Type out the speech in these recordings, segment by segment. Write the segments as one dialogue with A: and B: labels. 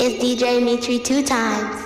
A: It's DJ Mitri two times.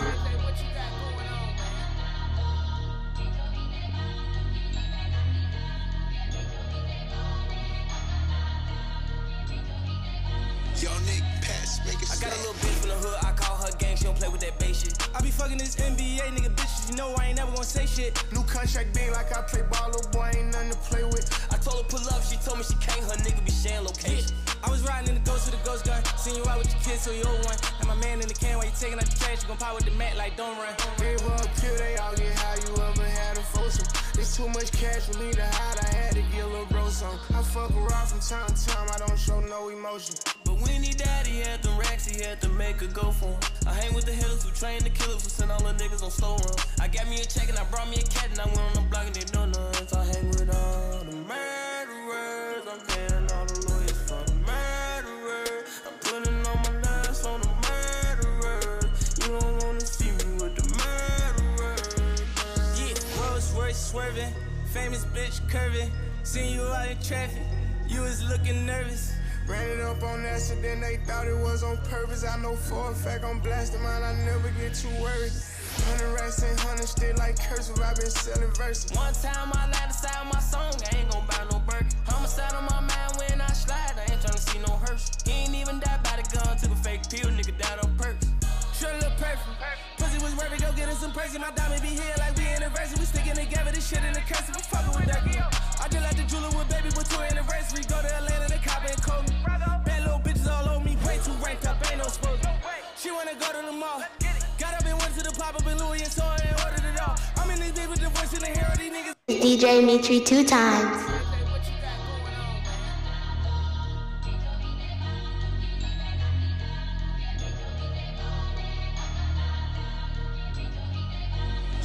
B: Yo, Nick, pass, make it
C: I got a
B: snap.
C: little bitch from the hood, I call her gang, she don't play with that bass shit. I be fucking this NBA nigga bitches, you know I ain't never gonna say shit.
D: New contract being like I play ball, little boy ain't nothing to play with.
C: I told her pull up, she told me she can't, her nigga be sharing location. I was riding in the ghost with a ghost gun, seen you out with your kids, so you old one. And my man in the can while you taking out the trash, you gon' pop with the mat like don't run.
D: Gave up pill, they all get high. You ever had a foursome? It's too much cash for me to hide. I had to get a little bro some. I fuck around from time to time. I don't show no emotion.
C: But when he died, he had them racks, he had to make a go for him. I hang with the hitters who train the killers who send all the niggas on slow run. I got me a check and I brought me a cat and I went on the block and they know none. So I hang with all the murderers. I'm paying all the lawyers for the murderers. I'm putting all my lives on the murderers. You don't wanna see me with the murderers. Yeah, Rolls Royce swerving, famous bitch curving. Seen you out in traffic, you was looking nervous.
D: Ran it up on accident, they thought it was on purpose. I know for a fact I'm blasting mine, I never get too worried. Hundred racks and hundred still like cursive, i been selling verses.
C: One time I lied inside my song, I ain't gon' buy no burger. Homicide on my mind when I slide, I ain't tryna see no hearse. He ain't even die by the gun, took a fake pill, nigga died on purpose. Sure look perfect. Pussy was worth it, go get us some person. My diamond be here like we anniversary. We sticking together, this shit in the cursive, we fucking with that girl. I just like the jeweler with baby, but two anniversary. Go to Atlanta, they cop and call me. Bad little bitches all over me, way too ranked up, ain't no sport. She wanna go to the mall. Got up and went to the pop up in Louis and saw her and ordered it all. I'm in this bitch with the voice in the hair of these niggas.
A: It's DJ Mitri two times.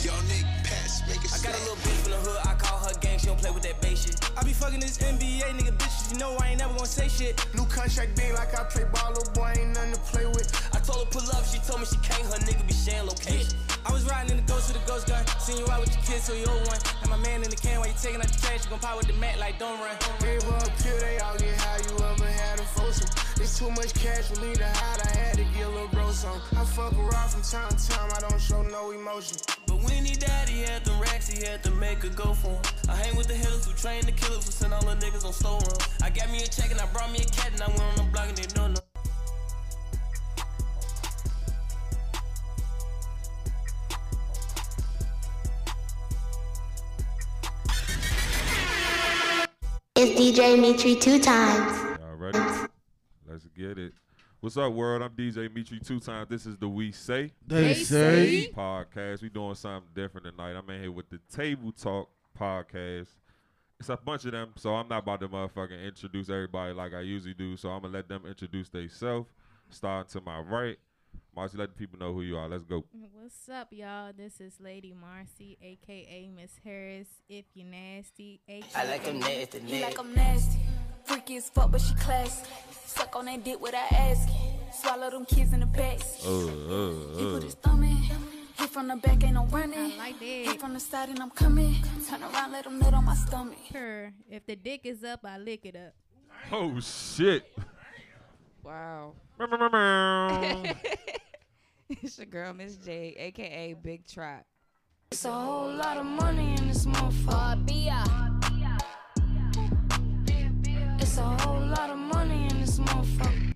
B: Yo, Nick, pass, make it
C: I
B: snap.
C: got a little bitch from the hood, I call her gang, she don't play with that bass shit. I be fucking this NBA nigga bitches, you know I ain't never gonna say shit.
D: New contract being like I play ball, little boy ain't nothing to play with.
C: I told her pull up, she told me she can't, her nigga be sharing location. I was riding in the ghost with a ghost gun, seen you out with your kids, so you old one. And my man in the can while you taking out the trash, you gon' pop with the mat like don't run.
D: Gave up pill, they all get high. You ever had a foursome? It's too much cash for me to hide. I had to get a little bro some. I fuck around from time to time. I don't show no emotion.
C: But when he died, he had them racks, he had to make a go for him. I hang with the hitters who train the killers who send all the niggas on slow run. I got me a check and I brought me a cat and I went on the block and they know no.
A: It's DJ Mitri two times.
E: Y'all ready? Let's get it. What's up, world? I'm DJ Mitri two times. This is the We Say
F: They say.
E: podcast. We doing something different tonight. I'm in here with the Table Talk podcast. It's a bunch of them, so I'm not about to motherfucking introduce everybody like I usually do. So I'm gonna let them introduce themselves. Starting to my right, Marcy, let the people know who you are. Let's go.
G: What's up, y'all? This is Lady Marcy, aka Miss Harris. If you nasty, aka
C: I like them nasty,
H: You like I'm nasty. Freaky as fuck, but she classy. Suck on that dick without asking. Swallow them kids in the back.
E: Uh,
H: He put his thumb in. Hit from the back, ain't no running.
G: I like
H: Hit
G: that.
H: from the side and I'm coming. Turn around, let him nut on my stomach.
G: Her. If the dick is up, I lick it up.
E: Oh shit!
I: Wow.
E: Meow, meow, meow, meow.
I: It's your girl, Miss J, aka Big Trot.
H: It's a whole lot of money in this motherfucker. It's a whole lot of money in this motherfucker.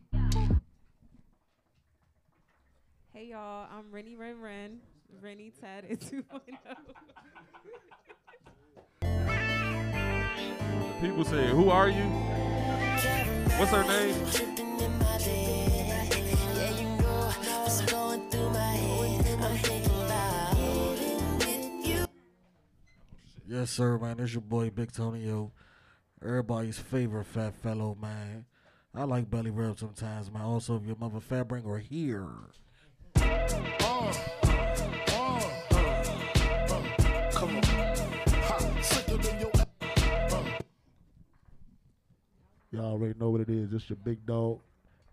I: Hey y'all, I'm Rennie Ren Ren. Rennie Tatted 2.0.
E: people say, "Who are you? What's her name?"
F: Yes, sir, man. It's your boy, Big Tonyo. Everybody's favorite fat fellow, man. I like belly rub sometimes, man. Also, if your mother fat bringer here.
D: Come on. Ha, sicker than your
J: Y'all already know what it is. It's your big dog,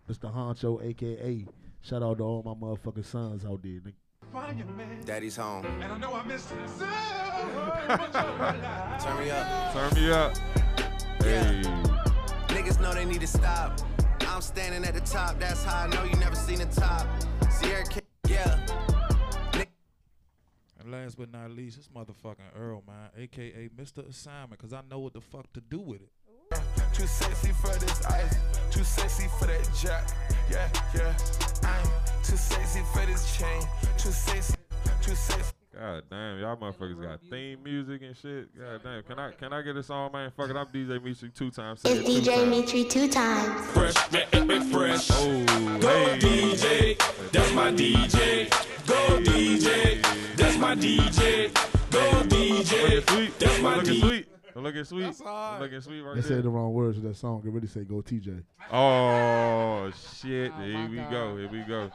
J: Mr. Honcho, aka. Shout out to all my motherfucking sons out there. Nigga.
C: Daddy's home.
K: And I know I missed it.
C: Turn me up.
E: Turn me up. Hey.
C: Niggas know they need to stop. I'm standing at the top, that's how I know you never seen the top.
D: Sierra King.
K: Yeah. And last but not least, this motherfucking Earl, man, aka Mr. Assignment, cause I know what the fuck to do with it.
L: Too sexy for this ice, too sexy for that jack. Yeah, yeah. I'm too sexy for this chain, too sexy, too sexy.
E: God damn, y'all motherfuckers got theme music and shit. God damn, can I can I get a song, man? Fuck it, I'm DJ Mitri two times. say
A: It's DJ
E: it two times. Oh,
A: Mitri two times.
M: Fresh, make it be fresh. Go DJ, that's my DJ. Go DJ, that's my DJ. Go DJ, that's my DJ.
E: Don't look at sweet. Don't look at sweet right
J: They
E: there.
J: said the wrong words to that song. It really say go TJ.
E: Oh shit! Here we
M: God.
E: go. Here we go.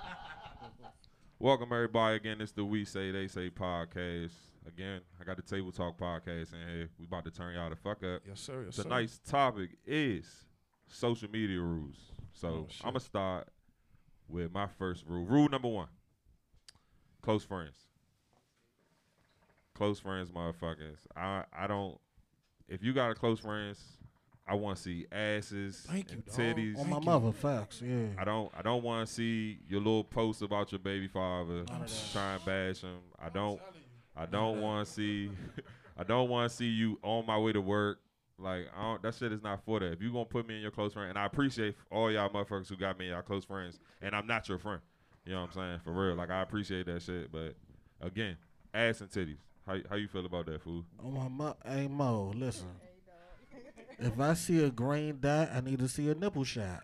E: Welcome everybody again. It's the We Say They Say podcast. Again, I got the Table Talk podcast in here. We about to turn y'all the fuck up.
K: Yes, sir. Yes, sir.
E: Tonight's topic is social media rules. So
K: Oh, shit.
E: I'm gonna start with my first rule. Rule number one: close friends. Close friends, motherfuckers. I I don't. If you got a close friends, I want to see asses,
F: Thank you,
E: and
F: dawg.
E: titties.
F: On my Thank you. mother, facts, yeah.
E: I don't I don't want to see your little posts about your baby father trying to bash him. I don't I don't want to see I don't want to see you on my way to work. Like I don't, that shit is not for that. If you gonna put me in your close friend, and I appreciate all y'all motherfuckers who got me in y'all close friends, and I'm not your friend. You know what I'm saying? For real, like I appreciate that shit, but again, ass and titties. How how you feel about that fool?
F: Oh my mo, hey Mo, listen. If I see a green dot, I need to see a nipple shot.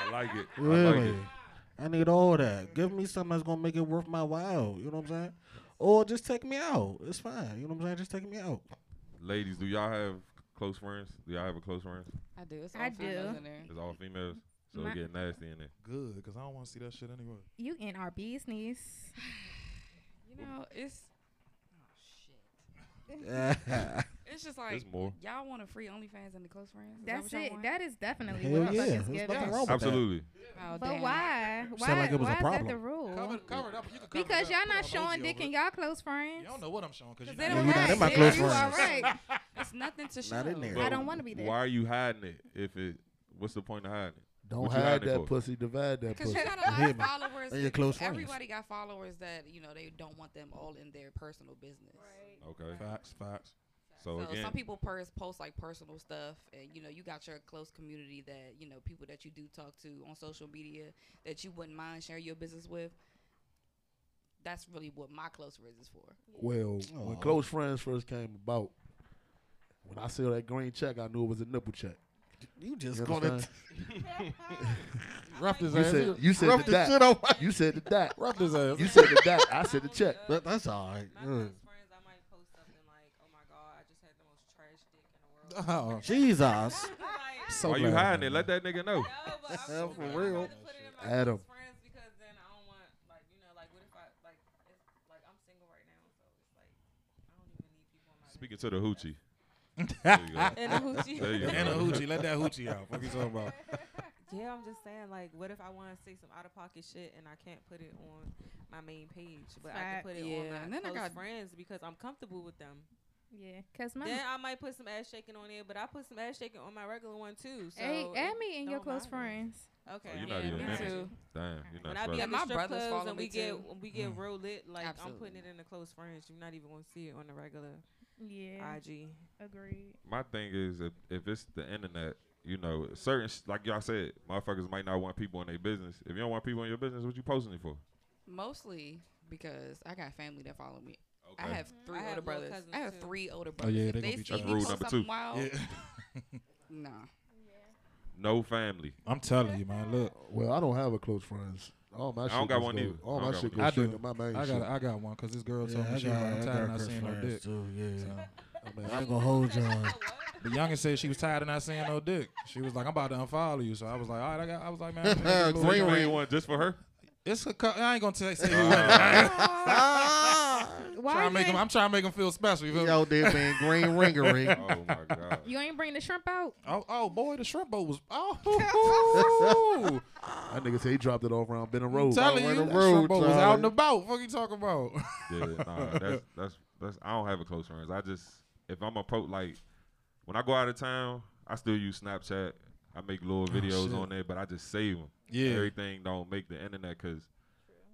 E: I like it. I like
F: Really?
E: it.
F: I need all that. Give me something that's gonna make it worth my while. You know what I'm saying? Or just take me out. It's fine. You know what I'm saying? Just take me out.
E: Ladies, do y'all have close friends? Do y'all have a close friend?
N: I do. It's all
G: I
N: females
G: do.
N: in there.
E: It's all females, so
G: My-
E: it get nasty in there.
K: Good, cause I don't want to see that shit anyway.
G: You in our business.
N: You know, it's oh
F: shit.
N: it's just like
E: more.
N: y'all want a free OnlyFans and the close friends. Is
G: That's
N: that what y'all
G: it.
N: want?
G: That is definitely
F: Hell
G: what
F: yeah.
G: the fuck is
F: There's
G: given.
F: nothing wrong with that.
E: Absolutely.
N: Oh,
G: But
N: damn.
G: why?
F: Sound
G: Why,
F: like it was
G: why
F: a
G: is that the
F: problem.
G: rule?
N: Cover-
K: cover it up. You can cover it
G: because
K: up.
G: y'all
K: Put
G: not
K: an
G: showing
K: emoji
G: dick
K: over
G: in
K: it.
G: y'all close friends.
K: Y'all know what I'm showing, cause you
G: They
K: know
G: don't
K: what
G: have
K: I'm
G: it.
E: my
G: They-
E: close
G: you all
E: friends.
G: right.
N: It's nothing to show.
F: Not in there.
G: I don't want to be there.
E: Why are you hiding it? If it, what's the point of hiding it?
J: Don't
E: What you
J: hide
E: hiding it
J: that
E: for?
J: pussy. Divide that
N: Because
J: pussy.
N: you got a lot of followers.
J: And your close friends.
N: Everybody got followers that you know they don't want them all in their personal business.
E: Okay.
K: Facts, facts.
E: So,
N: So
E: again,
N: some people pers- post like personal stuff, and you know you got your close community that you know people that you do talk to on social media that you wouldn't mind sharing your business with. That's really what my close friends is for.
J: Well, when
F: Aw.
J: close friends first came about, when I saw that green check, I knew it was a nipple check.
F: You just
J: understand?
F: gonna rough his
J: you
F: ass.
J: said you said
F: Rough
J: the
F: the
J: dot.
F: shit out-
J: You said the dot.
F: Rough his ass.
J: You said the dot. I said the check.
F: That, that's all right. Yeah.
K: Oh.
F: Jesus.
K: So
E: why you
K: glad I
E: hiding it? Let that nigga know.
F: Hell, for real.
J: Adam.
E: Speaking to the hoochie.
I: And a hoochie.
E: There you go.
K: And a hoochie. Let that hoochie out. What you talking about?
I: Yeah, I'm just saying, like, what if I want to say some out of pocket shit and I can't put it on my main page, but I can
G: Fact.
I: put it
N: Yeah,
I: on
N: and
I: my
N: then I
I: close
N: got-
I: friends because I'm comfortable with them.
G: Yeah, cause my
I: Then I might put some ass shaking on there, but I put some ass shaking on my regular one too. So
G: hey,
I: it
G: add me in your
I: don't
G: close
I: matter.
G: friends.
I: Okay.
E: Oh, you're not even in it. Damn, you're
I: When
E: not
I: I be at
E: supposed to.
I: the
N: My
I: strip
N: brothers
I: clubs
N: follow
I: and
N: me
I: we get
N: too.
I: we get
N: Mm.
I: real lit, like I'm putting
N: Absolutely.
I: it in the close friends. You're not even gonna see it on the regular
G: Yeah.
I: IG.
G: Agreed.
E: My thing is, if, if it's the internet, you know, certain, sh- like y'all said, motherfuckers might not want people in their business. If you don't want people in your business, what you posting it for?
N: Mostly because I got family that follow me.
E: Okay.
N: I have three older
I: I have little
N: brothers.
I: cousins,
N: I have
I: too.
N: three older
E: Oh,
N: brothers.
E: yeah,
N: If
E: they gonna
N: they see
E: be trying
N: me
E: to-
N: post
E: Rule number
N: something
E: two.
N: wild,
K: Yeah.
N: nah.
E: No family.
K: I'm telling you, man. Look.
J: Well, I don't have a close friends. All my
E: I
J: shit
E: don't got
J: just
E: one
J: go-
E: either.
J: All
E: I
J: my
E: don't
J: shit
E: got
J: goes
E: one.
J: straight to my main
K: I
J: shit.
K: got I got one because this girl
F: Yeah,
K: told
F: I
K: me she was
F: got-
K: I'm tired
F: I got
K: of not
F: close
K: seeing no
F: friends,
K: dick.
F: too, yeah.
K: So,
F: I ain't gonna hold y'all.
K: The youngest said she was tired of not seeing no dick. She was like, I'm about to unfollow you. So I was like, all right, I got I was like, man, I'm gonna get a
E: Green
K: little-
E: ring one just for her.
K: It's a cou- I ain't gonna tell say
G: Oh.
K: who it is.
G: Why
K: Trying to
G: you
K: make him,
G: ain't-
K: I'm trying to make him feel special. You feel me?
F: out there being green ringery.
E: Oh my god.
G: You ain't bring the shrimp out.
K: Oh, oh boy, the shrimp boat was. Oh,
J: That nigga said he dropped it off around Benning Road.
K: telling you,
J: Around
K: that
J: the
K: shrimp boat was
J: Charlie.
K: out and about. Fuck you talking about?
E: Yeah, nah, that's that's that's. I don't have a close friends. I just if I'm a pro, like when I go out of town, I still use Snapchat. I make little videos
K: Oh, shit.
E: on there, but I just save them.
K: Yeah.
E: everything don't make the internet because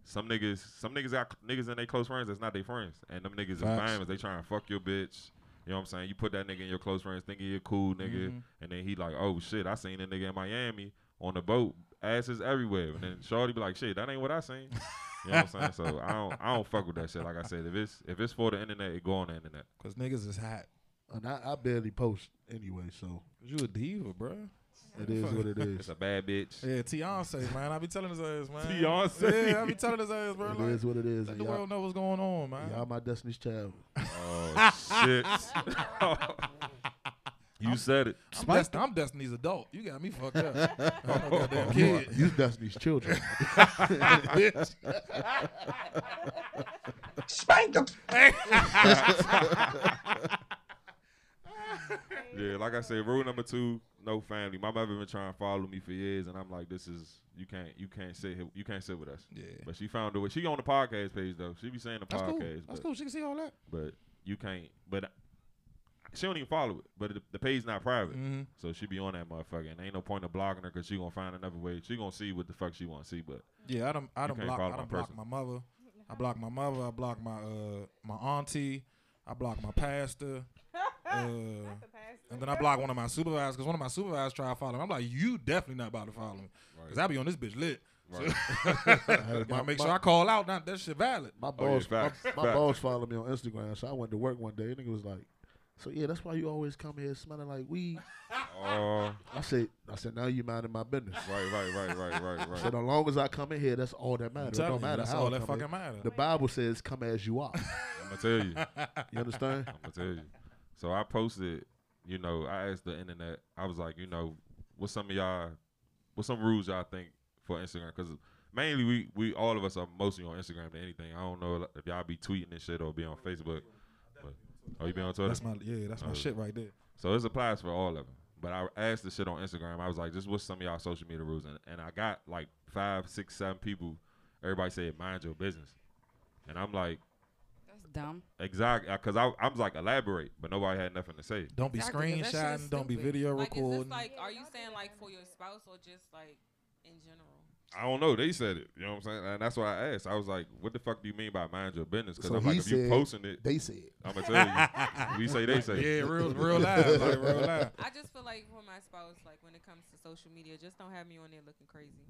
E: Some niggas, some niggas got niggas in their close friends that's not their friends, and them niggas is
K: Facts.
E: famous. They trying to fuck your bitch. You know what I'm saying? You put that nigga in your close friends, thinking you're cool, nigga,
K: Mhm.
E: and then he like, oh shit, I seen a nigga in Miami on the boat, asses everywhere, and then Shorty be like, shit, that ain't what I seen. You know what I'm saying? So I don't, I don't fuck with that shit. Like I said, if it's if it's for the internet, it go on the internet.
K: Cause niggas is hot.
O: And I, I barely post anyway, so.
K: You a diva, bro.
O: It is what it is.
E: It's a bad bitch.
K: Yeah, Beyonce, man. I be telling his ass, man.
O: Beyonce.
K: Yeah, I be telling his ass, bro.
O: It
K: like,
O: is what it is.
K: Let
O: and
K: the
O: y'all-
K: world know what's going on, man.
O: Y'all my Destiny's Child.
E: Oh shit! you said it.
K: I'm, Dest- I'm Destiny's adult. You got me fucked up. I'm a goddamn kid.
O: You Destiny's children.
K: Bitch.
O: Spank 'em.
E: yeah, like I said, rule number two, no family. My mother been trying to follow me for years, and I'm like, this is you can't you can't sit here, you can't sit with us.
K: Yeah.
E: But she found a way. She on the podcast page though. She be saying the
K: That's cool.
E: podcast.
K: That's
E: but-
K: cool. She can see all that.
E: But you can't. But I- she don't even follow it. But the, the page not private,
K: Mhm.
E: so she be on that motherfucker. And ain't no point of blocking her because she gonna find another way. She gonna see what the fuck she want to see. But
K: Yeah, I don't. I
E: you
K: don't
E: can't
K: block. I
E: follow my
K: don't block
E: person.
K: my mother. I block my mother. I block my uh my auntie. I block my pastor. Uh, and then I block one of my supervisors because one of my supervisors tried to follow me. I'm like, you definitely not about to follow me because I be on this bitch lit. So-
O: Right.
K: Gotta make
O: My-
K: sure I call out. Not that shit valid. Oh,
O: My
E: Oh,
O: boss, my, my boss followed me on Instagram, so I went to work one day. And nigga was like, "So yeah, that's why you always come here smelling like weed."
E: Oh.
O: I said, "I said now you minding my business."
E: Right, right, right, right, right, right.
O: So as long as I come in here, that's all that matters. It
K: telling
O: don't
K: you,
O: matter
K: that's
O: how
K: all
O: I
K: that
O: come
K: fucking
O: in.
K: matter.
O: The Bible says, "Come as you are."
E: I'm gonna tell you.
O: You understand?
E: I'm gonna tell you. So I posted, you know, I asked the internet. I was like, you know, what's some of y'all, what's some rules y'all think for Instagram? Because mainly we we all of us are mostly on Instagram than anything. I don't know if y'all be tweeting and shit or be on Facebook. But, oh, you be on Twitter?
K: That's my- yeah, that's my
E: Oh.
K: shit right there.
E: So this applies for all of them. But I asked the shit on Instagram. I was like, just what's some of y'all social media rules? And, and I got like five, six, seven people. Everybody said, mind your business. And I'm like,
N: That's dumb.
E: Exactly, because uh, I, I was like elaborate, but nobody had nothing to say.
K: Don't be
N: Exactly, 'cause that shit is
K: screenshotting. Don't be
N: stupid.
K: video
I: Like, is this
K: recording.
I: like, are you saying like for your spouse or just like in general?
E: I don't know. They said it. You know what I'm saying? And that's why I asked. I was like, "What the fuck do you mean by mind your business?" Because
O: So
E: I'm
O: he
E: like, if you
O: said,
E: posting it,
O: they said.
E: I'm gonna tell you. we say they say.
K: Yeah, real- real live, like, real live.
I: I just feel like for my spouse, like when it comes to social media, just don't have me on there looking crazy.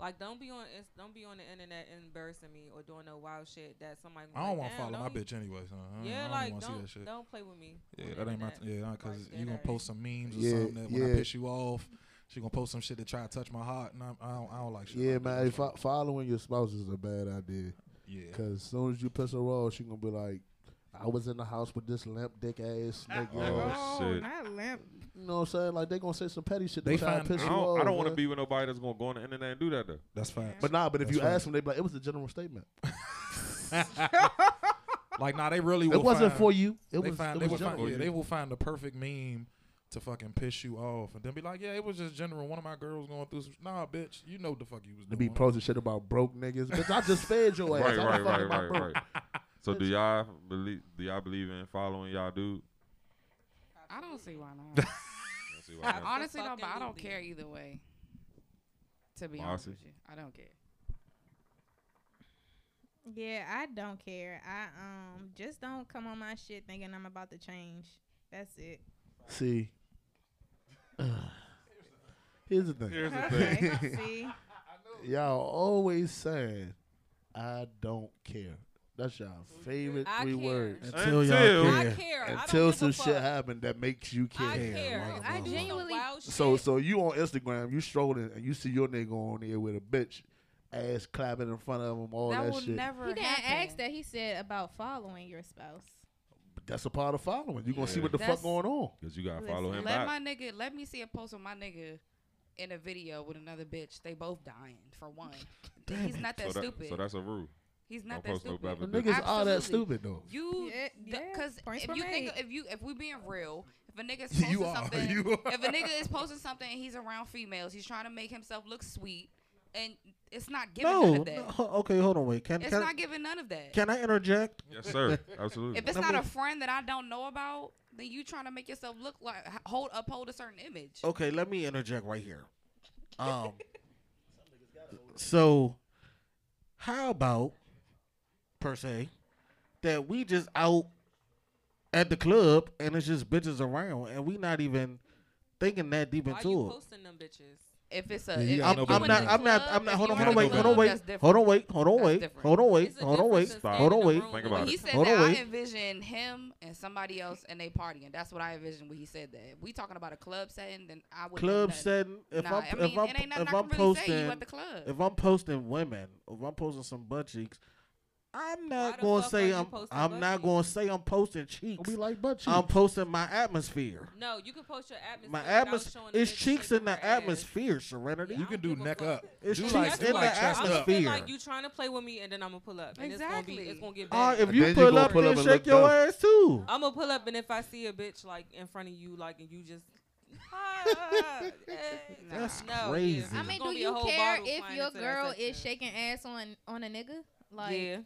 I: Like don't be on ins- don't be on the internet embarrassing me or doing no wild shit that somebody.
K: I don't
I: want to
K: follow my bitch anyway. So I don't,
I: Yeah,
K: I don't
I: like,
K: want to see
I: don't-
K: that shit.
I: don't play with me
K: Yeah,
I: on the
K: that ain't my.
I: internet.
K: yeah,
I: Like,
K: because you
I: that
K: gonna
I: ain't-
K: post some memes or
O: Yeah,
K: something that when
O: yeah.
K: I piss you off, she gonna post some shit that try to touch my heart, and I'm, I don't, I don't like shit.
O: Yeah,
K: like
O: man. If following your spouse is a bad idea.
K: Yeah.
O: Because as soon as you piss her off, she gonna be like, "I was in the house with this limp dick ass nigga."
E: Oh, shit.
G: Not limp.
O: You know what I'm saying? Like they gonna say some petty shit.
E: They
O: to try to
E: find. I
O: piss you
E: don't,
O: off,
E: I don't want to
O: man.
E: be with nobody that's gonna go on the internet and do that though.
K: That's facts.
O: But nah, but if
K: That's
O: you
K: right.
O: ask them, they be like, "It was a general statement."
K: that. Like, nah, they really.
O: It
K: will
O: wasn't
K: find-
O: for you. It
K: they
O: was-
K: Find,
O: it
K: they
O: was
K: will find,
O: general.
K: yeah, they will find the perfect meme to fucking piss you off, and then be like, yeah, it was just general. One of my girls going through some. Nah, bitch, you know what the fuck you was
O: They
K: doing.
O: be posting shit about broke niggas. Bitch, I just fed your ass.
E: Right,
O: How the
E: right,
O: fuck am
E: right,
O: I
E: right,
O: broke?
E: right. So do y'all believe? Do y'all believe in following y'all dude?
N: I don't see why not.
E: see why
N: I
E: not.
N: honestly don't, but I don't care either way. To be honest
E: Marcy?
N: with you, I don't care.
G: Yeah, I don't care. I um just don't come on my shit thinking I'm about to change. That's it.
O: See. Here's the thing.
G: Here's the thing. Okay, see?
O: Y'all always saying, I don't care. That's y'all favorite
I: I
O: three
I: care.
O: words.
F: Until y'all Until-
I: I care. I don't
O: Until
I: give a
O: some shit
I: fuck.
O: happened that makes you care.
I: I care.
O: Like,
I: I
K: um,
O: wow.
I: genuinely.
O: So so you on Instagram, you strolling and you see your nigga on there with a bitch, ass clapping in front of him, all that, shit.
G: He didn't ask that. He said about following your spouse.
O: But that's a part of following. You gonna see
E: Yeah.
O: what the
N: That's-
O: fuck going on.
E: Cause you gotta follow him
N: Let
E: back.
N: my nigga, let me see a post of my nigga in a video with another bitch. They both dying for one. He's not that
E: so
N: stupid.
E: so that's a rule.
N: He's
E: Don't
N: not that
E: post no
N: stupid.
E: bad
O: But niggas are that
N: Absolutely.
O: stupid, though.
N: You,
G: Yeah,
N: th-
G: yeah.
N: cause
G: Points
N: if
G: were
N: you think
G: made.
N: if you if we being real, if a nigga's
O: You
N: posting
O: are,
N: something,
O: you are.
N: if a nigga is posting something and he's around females, he's trying to make himself look sweet, and it's not giving
F: No,
N: none of that.
F: no, ho- okay, hold on, wait. Can,
N: It's
F: can,
N: not giving none of that.
F: Can I interject?
E: Yes, sir. Absolutely.
N: If it's
F: I
N: not a
F: mean-
N: friend that I don't know about, then you trying to make yourself look like h- hold uphold a certain image.
F: Okay, let me interject right here. Um, so How about per se that we just out at the club and it's just bitches around and we not even thinking that deep
I: Why you
F: into it.
I: posting them bitches?
N: If it's a,
F: I'm,
N: if
F: I'm
N: you
F: not.
N: in the
F: I'm not. I'm
N: club, if
F: not. Hold
N: you
F: on.
N: in
F: Hold
N: the
F: on. Wait. Hold on.
N: club,
F: Wait.
N: that's different.
F: Hold on. Wait. Hold on.
N: That's
F: Wait.
N: different.
F: Hold on. Wait.
N: It's a
F: Hold on.
N: difference
F: Wait.
N: in
F: Hold
N: standing
F: on.
N: in
F: Wait.
N: the room. When He said
F: Hold
N: that
F: on.
N: I
F: Wait.
N: envision him and somebody else and they partying. That's what I envisioned when he said that. If we talking about a club setting, then I would
F: club setting. If
N: nah,
F: I'm
N: I mean,
F: if I'm
N: it ain't nothing
F: if
N: I
F: I'm
N: can really
F: posting
N: say you at the club.
F: if I'm posting women, if I'm posting some butt cheeks, I'm not gonna
N: fuck
F: say
N: are you
F: I'm
N: posting
F: I'm
N: butt
F: not gonna say I'm posting cheeks.
J: We like butt
F: I'm
J: cheeks.
F: posting my atmosphere.
I: No, you can post your atmosphere.
F: My
I: without
F: atmosphere
I: showing the
F: is
I: bitch
F: cheeks in the atmosphere, Serenity. You
K: can do neck up.
F: It's
K: Do
F: cheeks
K: like- do
F: in
K: like
F: the
K: chest
I: I'm gonna feel
F: atmosphere.
I: like you trying to play with me, and then I'm gonna pull up. And It's gonna be, it's gonna get
F: Ah,
I: bad.
F: if you pull up, then shake your ass too.
I: I'm gonna pull up, and if I see a bitch like in front of you, like, and you just.
F: That's
I: no,
F: crazy.
I: it's
G: I
I: just
G: mean,
I: gonna
G: do
I: be a
G: you
I: whole
G: care
I: bottle
G: if
I: flying
G: your
I: into that
G: girl
I: section.
G: is shaking ass on on a nigga? Like,
I: Yeah.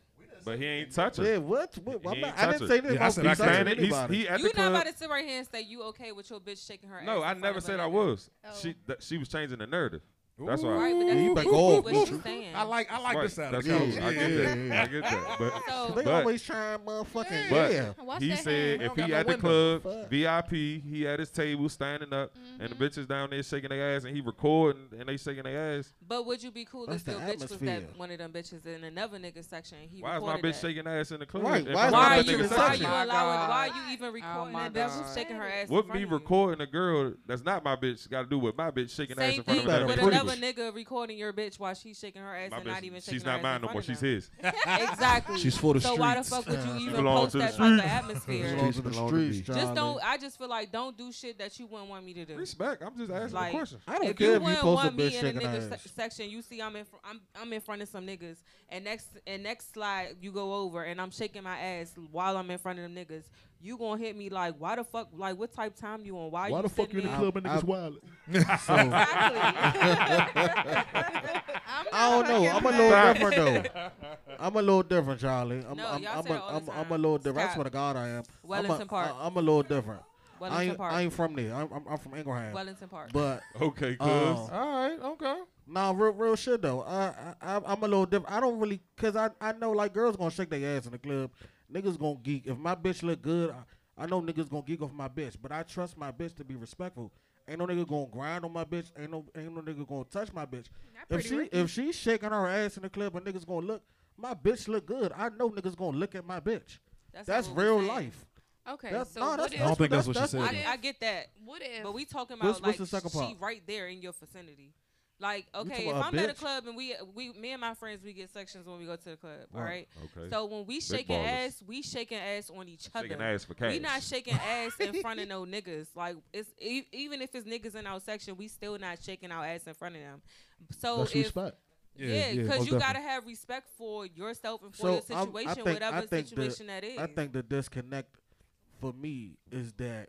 E: But he ain't touching.
F: Yeah, what? What-
E: He
F: I'm
E: ain't
F: not- I
E: touching.
F: didn't say this Yeah, I about said I touching can't.
E: He's-
F: anybody.
E: he at the
I: you not
E: club.
I: about to sit right here and say you okay with your bitch shaking her ass.
E: No, I
I: in front
E: never
I: of a
E: said I
I: nigga.
E: was.
F: Oh.
E: She that, she was changing the narrative. That's why.
I: Right, but that's
K: You
I: what
K: better go
I: you-
K: off,
I: what you
K: Lucy.
I: saying.
K: I like- I like
E: Right,
K: this side of
E: that's
K: the couch.
E: cool. I get
K: Yeah,
E: that.
K: yeah,
E: I get that. But,
F: So-
E: but
F: They always trying motherfucking-
E: But
F: Yeah. Watch
E: he
F: that hand.
E: said
F: They
E: if
F: don't got
E: he
F: no
E: at the
F: window.
E: club,
F: Fuck.
E: VIP, he at his table standing up, and the
I: Mm-hmm.
E: bitches down there shaking their ass, and he recording, and they shaking their ass.
I: But would you be cool
E: That's
I: if your
E: the
I: bitch was
E: atmosphere.
I: that one of them bitches in another nigga section? And he
E: Why is my
I: recorded
E: bitch
I: that?
E: shaking ass in the club?
F: Right,
E: in
F: why is
E: front
F: my
E: of
F: bitch in
E: niggas
F: the
I: Why are
E: section?
I: you allowing? Why are you even recording
N: my
I: that bitch shaking her ass? in
E: What
I: front
E: me
I: of you?
E: recording a girl that's not my bitch got to do with my bitch shaking ass
I: Same
E: in front
I: thing
E: of another
I: with
E: bitch?
I: another nigga recording your bitch while she's shaking her ass
E: My
I: and
E: bitch,
I: not even shaking
E: she's
I: her
E: not
I: ass
E: mine
I: in
E: no more.
I: front
E: She's
I: of them.
E: his.
I: exactly.
E: She's for the
I: so why the
E: streets.
I: fuck would you
E: Uh, she
I: even
E: belong
I: post
E: to the
I: that type of
E: streets. She
I: atmosphere?
E: belongs to the Belong to streets, me.
I: Just
E: Charlie.
I: don't. I just feel like don't do shit that you wouldn't want me to do.
E: Respect. I'm just asking a
I: like,
E: question. I don't
I: if
E: care
I: you
E: if you
I: wouldn't
E: post a
I: want me
E: bitch
I: in a
E: shaking her
I: nigga
E: ass.
I: se- section. You see, I'm in. Fr- I'm I'm in front of some niggas, and next and next slide you go over, and I'm shaking my ass while I'm in front of them niggas. You gonna hit me like, why the fuck? Like, what type time you on? Why,
J: Why
I: you
J: the fuck you
I: sitting
J: in the
I: there?
J: club and niggas wild?
F: I don't know. I'm a little
J: mad.
F: different though. I'm a little different, Charlie. I'm
I: No,
F: I'm,
I: y'all
F: I'm,
I: say
F: a,
I: it all
F: I'm,
I: the
F: I'm a
I: time.
F: little different. I
I: Stop.
F: swear to God, I am. I'm
I: Wellington
F: a,
I: Park.
F: I, am a little different. I
I: Wellington
F: ain't,
I: Park.
F: I ain't from there. I'm, I'm, I'm from Ingraham.
I: Wellington Park. Oh,
F: But
E: Okay, cuz.
F: um,
E: All right, okay.
F: Nah, real real shit though. I, I I- I'm a little different. I don't really cause I I know like girls gonna shake their ass in the club. Niggas gonna geek. If my bitch look good, I, I know niggas gonna geek off my bitch. But I trust my bitch to be respectful. Ain't no nigga gonna grind on my bitch. Ain't no ain't no nigga gonna touch my bitch. If
G: pretty
F: she
G: Ricky.
F: if she's shaking her ass in the club and niggas gonna look, my bitch look good. I know niggas gonna look at my bitch.
I: That's
F: That's,
I: not what we
F: real
I: saying.
F: life.
N: Okay,
F: That's-
N: so
F: nah,
N: what
F: that's-
N: if-
F: that's- I don't think that's what she said.
I: I, I get that. What if? But we talking about
F: What's- what's the
I: like
F: second
I: she
F: part?
I: right there in your vicinity. Like okay,
F: talking
I: if
F: about a
I: I'm at a
F: bitch?
I: club and we we me and my friends we get sections when we go to the club. All
E: Right,
I: right.
E: okay.
I: So when we
E: Big
I: shaking
E: ballers.
I: ass, we shaking ass on each other.
E: Shaking ass for
I: We
E: cash.
I: not shaking ass in front of no niggas. Like it's e- even if it's niggas in our section, we still not shaking our ass in front of them. So
J: That's
I: if
J: respect. Yeah,
I: yeah,
J: yeah,
I: because
J: most definitely.
I: you gotta have respect for yourself and for your
F: I'm-
I: situation, whatever situation
F: the,
I: that is.
F: I think the disconnect for me is that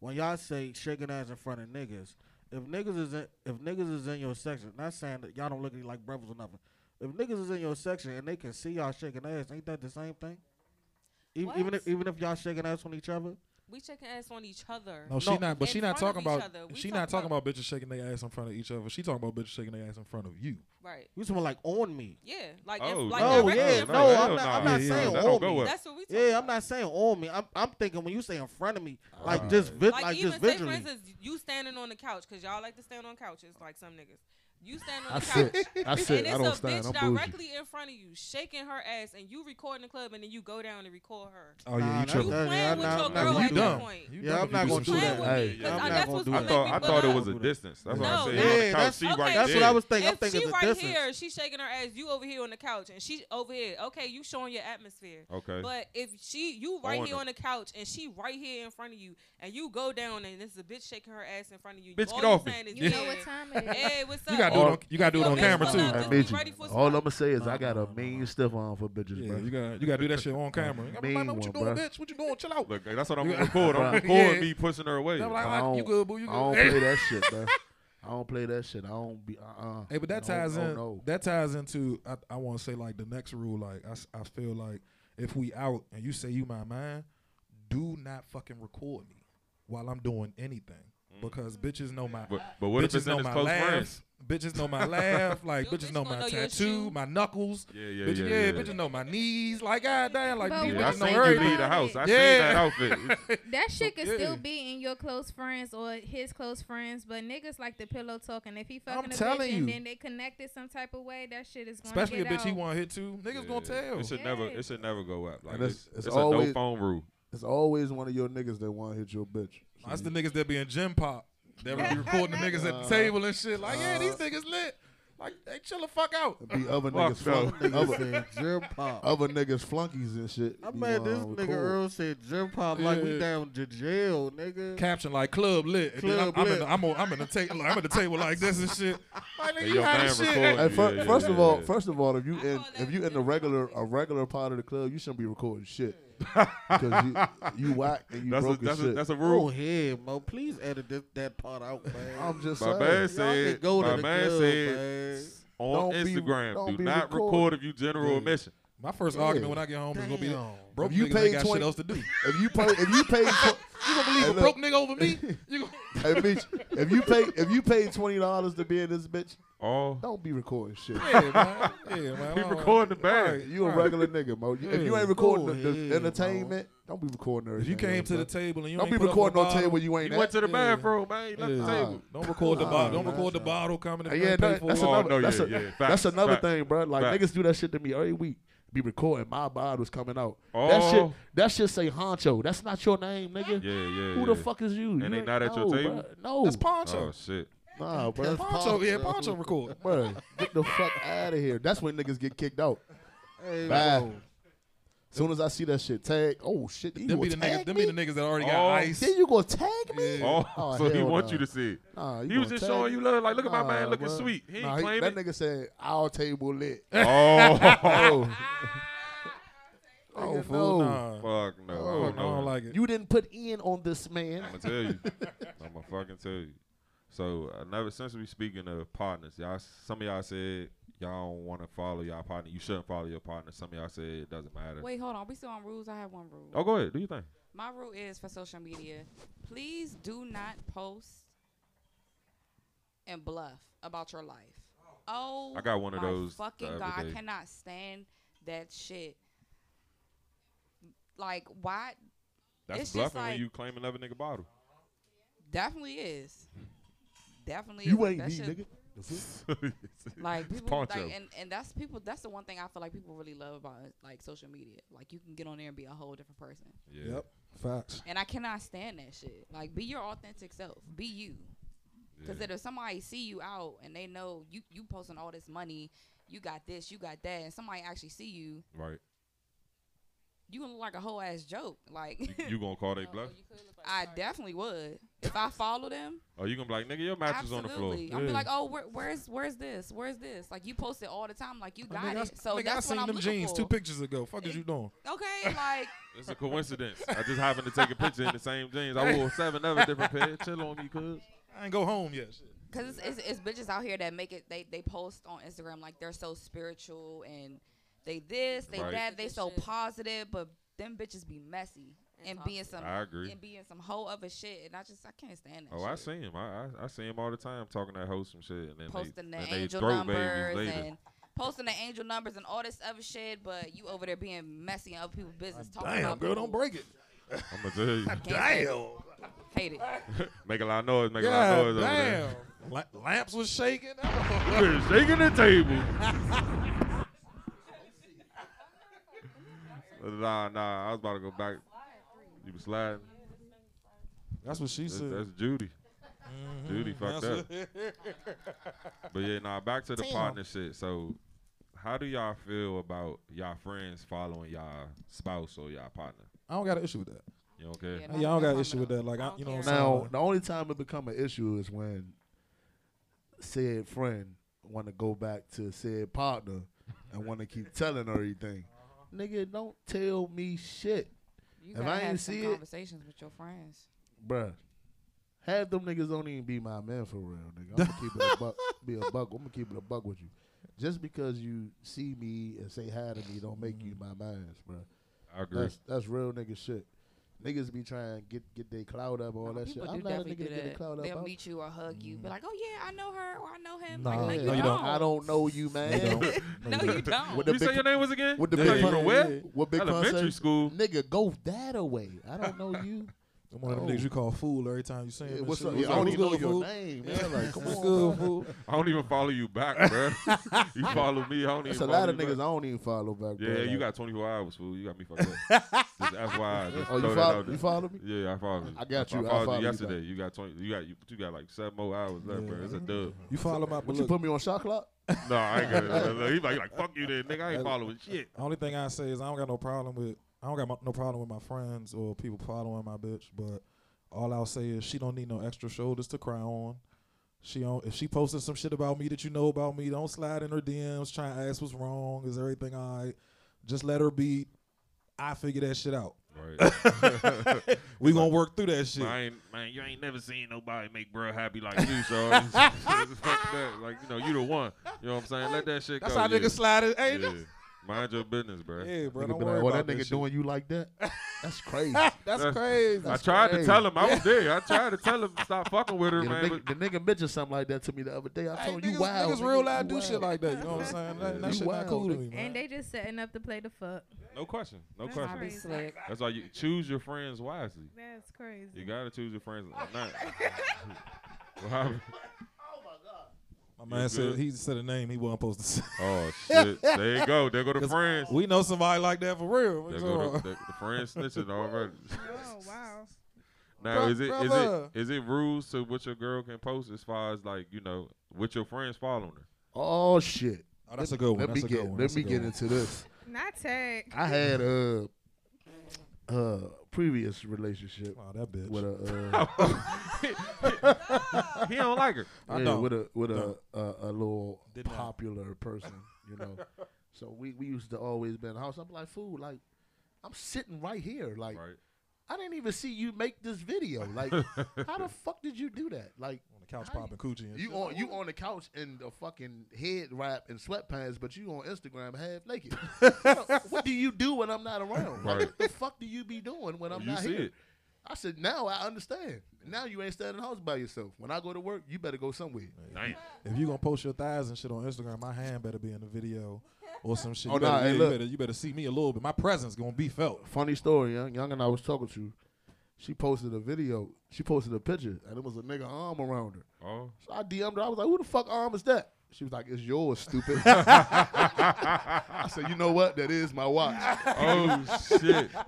F: when y'all say shaking ass in front of niggas, if niggas is in, if niggas is in your section, not saying that y'all don't look at you like brothers or nothing. If niggas is in your section and they can see y'all shaking ass, ain't that the same thing? Even, even if even if y'all shaking ass on each other,
I: We checking ass on each other.
K: No, she not. But
I: In
K: she not
I: front
K: talking
I: of
K: about.
I: each other. We
K: She not talking about bitches shaking their ass in front of each other. She talking about bitches shaking their ass in front of you.
I: Right.
F: you talking like on me?
I: Yeah, like
K: Oh,
I: if, like
K: no,
I: directly
K: yeah,
I: in
F: No,
I: front of
F: I'm
I: you.
F: not, I'm not
K: Yeah, yeah,
F: saying
K: that
F: on
K: don't go
F: me.
K: well.
I: That's what we
F: yeah, I'm not saying on me. I'm, I'm thinking when you say in front of me,
K: Oh.
F: like just vi- like,
I: even
F: just
I: say,
F: visually.
I: for instance, you standing on the couch because y'all like to stand on couches like some niggas. You stand on
F: I
I: the
F: sit.
I: couch.
F: I sit.
I: And
F: I
I: it's
F: don't
I: a
F: stand.
I: bitch
F: I'm bougie.
I: directly in front of you, shaking her ass, and you recording the club, and then you go down and record her.
K: Oh, yeah, you tripping.
I: playing
F: yeah, I'm
I: with
F: not-
I: your
F: I'm
I: girl
F: not
I: at
F: gonna
I: that
F: do
I: point.
F: Yeah, I'm not gonna do that.
E: Hey,
F: Yeah, I'm not gonna do
E: I
F: that.
E: thought I thought it was a distance. That's what
F: No,
E: I'm saying.
F: that's-
E: On the couch,
F: Yeah, that's-
E: she
F: okay.
E: right
F: That's what
E: there.
F: I was thinking. I'm
I: If
F: thinking
I: she
F: it's a
I: right
F: distance.
I: here, she's shaking her ass. You over here on the couch, and she over here. Okay, you showing your atmosphere.
E: Okay.
I: But if she, you right
E: On
I: here
E: the-
I: on the couch, and she right here in front of you, and you go down, and this is a bitch shaking her ass in front of you.
E: Bitch,
I: all
E: get
I: you
E: off me.
I: saying is,
E: You know
I: yeah.
E: what
G: time it is.
I: Hey, what's up?
K: You gotta do it on- you gotta do it on
I: Your bitch
K: camera,
I: pull
K: too.
I: up,
K: Hey,
I: just be
J: Midget.
I: ready for some-
J: All I'm gonna say is I got a mean stiff arm for bitches,
K: Yeah,
J: bro.
K: you gotta you gotta do that shit on camera. You gotta be like,
J: Mean
K: "Man, what you
J: one,
K: doing,
J: bruh.
K: bitch? What you doing? Chill out.
E: Look, that's what I'm
K: You-
E: gonna record. I'm
K: Bruh.
E: recording
K: Yeah.
E: me pushing her away.
K: I'm like,
J: I
K: like,
J: don't,
K: you good, boo? You good?
J: I don't
K: Hey.
J: play that shit, bro. I don't play that shit. I don't be. Uh. uh
K: Hey, but that ties
J: no,
K: in. That ties into. I, I want to say like the next rule. Like I, s- I feel like if we out and you say you my man, do not fucking record me while I'm doing anything. because bitches know my.
E: Mm. But- but what if
K: bitches
E: it's in
K: know
E: his
K: my
E: close
K: laugh,
E: friends?
K: Bitches know my laugh. Like
E: Your
K: bitches
E: bitch
K: know
E: gonna
K: my
E: know your
K: tattoo,
E: shoe.
K: my knuckles.
E: Yeah, yeah,
K: bitches,
E: yeah, yeah.
K: Bitches know my knees. Like goddamn, like
G: But
K: bitches
E: Yeah, I
K: know
E: seen you
K: everything.
E: leave the house. I seen
K: Yeah.
E: that outfit.
G: That shit could
K: Yeah.
G: still be in your close friends or his close friends, but niggas like the pillow talk, and if he fucking a bitch
K: telling you.
G: and then they connected some type of way, that shit is going
K: Especially a
G: to
K: bitch he want to hit too. Niggas gonna tell.
E: It should never. It should never go up. Like
O: And
E: it's, it's, a no phone rule.
O: It's always one of your niggas that want to hit your bitch.
K: That's the niggas that be in gym pop. That would be recording the niggas at the table and shit. Like, yeah, these
O: Uh,
K: niggas lit. Like, they chill the fuck out.
O: Be other
F: Fuck
O: niggas,
F: no.
O: flunk,
F: Niggas
O: other,
F: said Jim Pop.
O: other niggas flunkies and shit.
F: I
O: be
F: mad this
O: wanna
F: nigga
O: record.
F: Earl said Jim Pop like we
K: Yeah.
F: down to jail, nigga.
K: Caption like club lit. And then
F: Club
K: I'm, I'm,
F: lit.
K: in the, I'm, on, I'm in the table. I'm at the table like this and shit. Like, nigga,
E: Hey,
K: you
E: your
K: high
E: man
K: as shit.
E: recording.
O: Hey, fir-
E: Yeah, yeah,
O: first of
E: yeah,
O: all,
E: yeah.
O: first of all, if you in if you in the regular a regular part of the club, you shouldn't be recording shit because you you whack and you
E: That's a-
O: broke your
E: that's a-
O: shit.
E: that's a rule.
K: Oh,
F: Go ahead, Mo. Please edit this, that part out, man.
O: I'm just
E: My
O: saying.
E: man
O: Y'all
E: said.
F: can go to
E: my
F: the
E: man
F: club,
E: said
F: man.
E: on
O: Don't be-
E: Instagram,
O: don't
E: do
O: be
E: not
O: recording.
E: record if you general
O: Yeah.
E: admission.
K: My first
O: Yeah.
K: argument when I get home is gonna be
O: Damn.
K: broke
O: If you
K: niggas
O: paid
K: ain't got
O: 20
K: shit else to do.
O: If you pay, if you pay, you
K: gonna believe a broke nigga over me? You
O: hey, bitch, if you pay, if you pay twenty dollars to be in this bitch,
E: oh,
O: don't be recording shit.
K: Yeah, man. Yeah, man.
O: Be
K: All right.
O: recording the bag.
K: Right.
O: You a
K: Right.
O: regular nigga, Mo. You- if you ain't
K: Yeah.
O: recording
K: Go
O: the, the
K: ahead,
O: entertainment, don't be recording
K: If you
O: everything.
K: came
O: else,
K: to the
O: bro.
K: table and you
O: don't
K: ain't
O: be
K: put up
O: recording
K: no
O: no table
K: bottle,
O: you ain't.
E: You went
O: at.
E: to the bathroom, man. You left the
O: Yeah.
E: table.
K: Don't record the
O: Nah,
K: bottle. Don't
O: man.
K: record the bottle coming.
O: Uh, yeah,
K: and pay
O: that,
K: for
O: that's
K: it.
O: another,
E: no,
O: that's,
E: yeah,
O: a,
E: yeah. Facts,
O: that's another
E: facts,
O: thing, bro. Like
E: facts.
O: niggas do that shit to me every week. Be recording my bottles coming out. That shit,
E: Oh.
O: that shit say Honcho. That's not your name, nigga.
E: Yeah, yeah.
O: Who the
E: yeah.
O: fuck is you?
E: And
O: You
E: they
O: ain't-
E: not at your
O: no,
E: table.
O: bruh. No,
K: That's Poncho.
E: Oh shit.
O: Nah, bro.
K: That's Poncho, yeah, Poncho. Poncho record.
O: Bro, get the fuck out of here. That's when niggas get kicked out.
F: Hey,
O: Bye.
F: bro.
O: Soon as I see that shit, tag. Oh shit, you
K: Them
O: gonna
K: be the
O: tag
K: niggas. Them be the
O: me?
K: niggas that already got
E: Oh.
K: ice.
O: Then you gonna tag me?
E: Oh,
O: Oh,
E: so he
O: hell
E: want
O: nah.
E: you to see it.
O: Nah,
E: he was
O: gonna
E: just
O: tag
E: showing
O: me?
E: you love. Like, look at my
O: Nah,
E: man looking
O: bruh.
E: sweet. He ain't
O: Nah,
E: claiming
O: That
E: it.
O: nigga said our table lit.
E: Oh.
O: Oh,
K: Nigga,
O: fool.
K: nah.
E: Fuck no. Oh, I
K: Fuck
E: don't
K: no, I
E: know.
K: don't like it.
O: You didn't put in on this man.
E: I'm gonna tell you. I'm gonna fucking tell you. So another since we speaking of partners, y'all. Some of y'all said y'all don't want to follow y'all partner. You shouldn't follow your partner. Some of y'all said it doesn't matter.
N: Wait, hold on. We still on rules. I have one rule.
E: Oh, go ahead. Do your thing.
N: My rule is for social media. Please do not post and bluff about your life. Oh,
E: I got one of
N: my
E: those the
N: Fucking
E: other
N: god, I
E: day.
N: cannot stand that shit. Like, why?
E: That's
N: it's just
E: bluffing
N: like
E: when you claim another nigga bottle.
N: definitely is. Definitely.
O: You
N: is.
O: ain't
N: That
O: me,
N: shit-
O: nigga.
N: like
E: It's
N: people like
E: poncho.
N: and, and that's people that's the one thing I feel like people really love about like social media. Like you can get on there and be a whole different person.
E: Yeah.
K: Yep. Facts.
N: And I cannot stand that shit. Like be your authentic self. Be you. Cause
E: Yeah.
N: then if somebody see you out and they know you you posting all this money, you got this, you got that, and somebody actually see you,
E: Right.
N: you gonna look like a whole ass joke. Like
E: You gonna call they bluff?
N: I definitely would if I follow them.
E: Or Oh, you gonna be like, nigga, your mattress is on the floor.
N: Absolutely. I'm be like, oh, where, where's where's this? Where's this? Like you post it all the time, like you got
K: Nigga, I,
N: it. So
K: nigga, I
N: that's
K: seen
N: what I'm
K: them
N: looking
K: jeans
N: for.
K: two pictures ago. Fuck is you doing?
N: Okay, like
E: It's a coincidence. I just happened to take a picture in the same jeans. I wore seven other different pairs. Chill on me, cuz.
K: I ain't go home yet. Shit.
N: because it's, it's, it's bitches out here that make it. They they post on Instagram like they're so spiritual and they this, they
E: Right.
N: that, they so positive, but them bitches be messy and, being some.
E: I agree.
N: And being some whole other shit, and I just I can't stand that.
E: Oh,
N: shit.
E: I see him. I, I I see him all the time talking that wholesome shit, and then
N: posting
E: they,
N: the
E: and they
N: angel
E: throat babies
N: numbers
E: later.
N: and posting the angel numbers and all this other shit, but you over there being messy in other people's business. Talking
K: Damn,
N: about
K: girl,
N: people.
K: don't break it.
E: I'm gonna tell you,
N: Hate it.
E: make a lot of noise, make
K: God
E: a lot of noise
K: damn. La- lamps was shaking.
E: over there. Chris shaking the table. nah, nah. I was about to go back. You was sliding.
K: That's what she
E: That's-
K: said. Mm-hmm.
E: That's Judy. Judy fucked up. But yeah, nah, back to the
K: Damn.
E: partner shit. So, how do y'all feel about y'all friends following y'all spouse or y'all partner?
K: I don't got an issue with that.
E: You don't care?
K: Yeah, I don't got an issue with that. Like, I, you know what I'm saying?
O: Now,
K: Like,
O: the only time it become an issue is when said friend want to go back to said partner and want to keep telling her everything. Nigga, don't tell me shit,
N: You
O: If
N: gotta
O: I
N: have
O: ain't
N: some
O: see it-
N: conversations with your friends.
O: bruh. Half them niggas don't even be my man for real, nigga. I'm gonna keep it a buck, be a buck. I'm gonna keep it a buck with you. Just because you see me and say hi to me, don't make you my man's, bruh.
E: Mm-hmm. I agree.
O: That's that's real nigga shit. Niggas be trying to get get their clout up, all that shit.
N: People
O: I'm
N: do
O: not a
N: definitely
O: nigga
N: do
O: to get a
N: that.
O: clout up.
N: They'll
O: I'm-
N: meet you or hug you, be like, "Oh yeah, I know her or I know him."
O: Nah,
N: like, no, you
O: I
N: don't.
O: don't. I don't know you, man.
N: No, you don't.
O: What the
E: You say
O: big-
E: your name was again?
O: What the
E: Yeah,
O: big
E: you
O: pun-
E: from where?
O: What big pun
E: Elementary
O: say?
E: school.
O: Nigga, go that away. I don't know you.
K: I'm one of them
O: Oh.
K: niggas you call fool every time you see him.
O: Yeah,
K: and
O: what's
K: shit.
O: up? Yeah, I don't
K: what's
O: even know
K: good,
O: your
K: fool?
O: name, man. Like, come
K: What's
O: on,
K: good,
O: man.
K: fool?
E: I don't even follow you back, bro. you follow me. I don't
O: That's a
E: even
O: lot
E: follow
O: of
E: you
O: niggas I
E: back.
O: don't even follow back.
E: Yeah,
O: there,
E: you
O: like-
E: got 24 hours, fool. You got me fucked up. just FYI. Just
O: Oh, you
E: throw that
O: follow-
E: out there.
O: you follow me?
E: Yeah, I followed you.
O: I got you. I
E: I followed
O: follow
E: you
O: you
E: yesterday. You, got 20. You got you, you got like seven more hours left, bro. It's a dub.
K: You follow my.
O: What Mm-hmm. you put me on shot clock?
E: No, I ain't gonna. He's like, he like, fuck you, then, nigga. I ain't following shit.
K: Only thing I say is I don't got no problem with I don't got my, no problem with my friends or people following my bitch, but all I'll say is she don't need no extra shoulders to cry on. She don't, if she posted some shit about me that you know about me, don't slide in her DMs trying to ask what's wrong, is everything all right? Just let her be. I figure that shit out.
E: Right.
K: we gonna work through that shit.
E: Man, I ain't- man, you ain't never seen nobody make bruh happy like you, so it's- it's- fuck that. Like, you know, you the one. You know what I'm saying? Let that shit
K: That's
E: go.
K: how niggas slide it. Hey,
E: Yeah. Mind your business, bro.
K: Yeah, bro,
O: Nigga
K: don't
O: be
K: worry
O: like, oh, that
K: about that
O: nigga
K: shit."
O: doing you like that? That's crazy.
K: That's crazy.
E: I tried to tell him. I was
O: Yeah.
E: there. I tried to tell him to stop fucking with her,
O: Yeah,
E: man.
O: the, nigga, the nigga mentioned something like that to me the other day. I
K: Hey,
O: told
K: niggas,
O: you, wow.
K: niggas real life do shit like that. You know what I'm saying? That, that
O: You
K: shit not
O: wild,
K: cool to
O: nigga.
K: me, man.
G: And they just setting up to play the fuck.
E: but no question. No
G: That's
E: question.
G: crazy. I be slick.
E: That's why you choose your friends wisely.
G: That's crazy.
E: You gotta choose your friends. Not. What happened?
K: My
E: You
K: man said
E: good?
K: he said a name he wasn't supposed to say.
E: Oh shit! There you go. There go the
K: 'Cause
E: friends.
K: We know somebody like that for real.
E: There
K: What's
E: go the,
K: wrong?
E: the, the friends snitching already.
G: Oh wow.
E: Now
K: Bru-
E: is it is
K: brother.
E: it is it rules to what your girl can post as far as like you know what your friends following her?
O: Oh shit.
K: Oh, that's a good one.
O: Let me
K: That's a good
O: get
K: one.
O: let
K: That's a
O: me
K: good
O: get
K: one.
O: into this.
G: Not tech.
O: I had a uh, uh, previous relationship.
K: Oh, that bitch.
O: With a uh,
E: He don't like her.
K: I
O: yeah,
K: don't.
O: with a with a,
K: Don't.
O: a a little
K: Did not.
O: popular person, you know. so we we used to always be in the house. I'm like, fool, like I'm sitting right here, like. I didn't even see you make this video. Like, how the fuck did you do that? Like,
K: on the couch
O: how
K: popping coochie and
O: you
K: shit.
O: on you on the couch in a fucking head wrap and sweatpants, but you on Instagram half naked. what do you do when I'm not around? Like,
E: Right.
O: what the fuck do you be doing when I'm
E: You
O: not
E: see
O: here?
E: it.
O: I said, now I understand. Now you ain't standing in the house by yourself. When I go to work, you better go somewhere.
E: Damn.
K: If you gonna post your thighs and shit on Instagram, my hand better be in the video or some shit.
O: Oh,
K: you, better,
O: nah,
K: yeah,
O: hey,
K: you
O: look.
K: better- you better see me a little bit. My presence gonna be felt.
O: Funny story, young, young and I was talking to. She posted a video. She posted a picture, and it was a nigga arm around her.
E: Oh.
O: So I DM'd her. I was like, "Who the fuck arm is that?" She was like, "It's yours, stupid." I said, "You know what? That is my watch."
E: Oh, shit.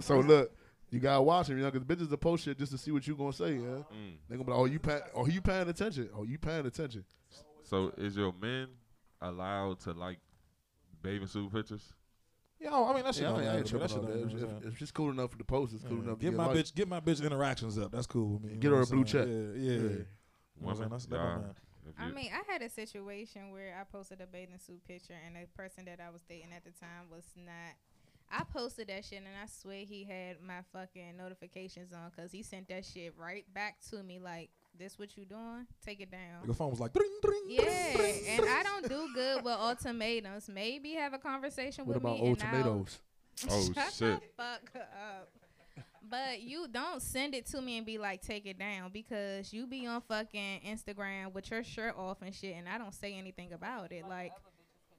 O: So look, you gotta watch him, young, because bitches will post shit just to see what you gonna say. Yeah,
E: Mm.
O: they gonna be like, "Oh, you pay- oh you paying attention? Oh, you paying attention?"
E: So is your men allowed to like bathing suit pictures?
K: Yeah, I mean that shit.
O: Yeah, I
K: don't
O: ain't- I ain't
K: matter,
O: tripping
K: but that
O: on
K: shit
O: that.
K: don't
O: If-
K: matter.
O: if- if she's cool enough to post, it's cool
K: Yeah,
O: enough to
K: Get
O: get
K: my
O: liked.
K: bitch, get my bitch interactions up. That's cool with me. you
O: Get
K: know
O: her
K: what
O: a
K: I'm
O: blue
K: saying?
O: check.
K: Yeah, yeah.
O: Yeah.
K: You know what I'm saying?
E: Women,
K: That's- that don't
E: y'all-
K: matter.
E: if
G: I
E: you-
G: mean, I had a situation where I posted a bathing suit picture, and the person that I was dating at the time was not. I posted that shit, and I swear he had my fucking notifications on because he sent that shit right back to me like, "This what you doing? Take it down."
K: Your phone was like, "Dring,
G: Yeah, and I don't do good with ultimatums. Maybe have a conversation
O: What
G: with
O: about
G: me.
O: old
G: and I'll-
O: tomatoes?
E: Oh,
G: Shut
E: shit.
G: the fuck up. But you don't send it to me and be like, take it down because you be on fucking Instagram with your shirt off and shit, and I don't say anything about it. Like,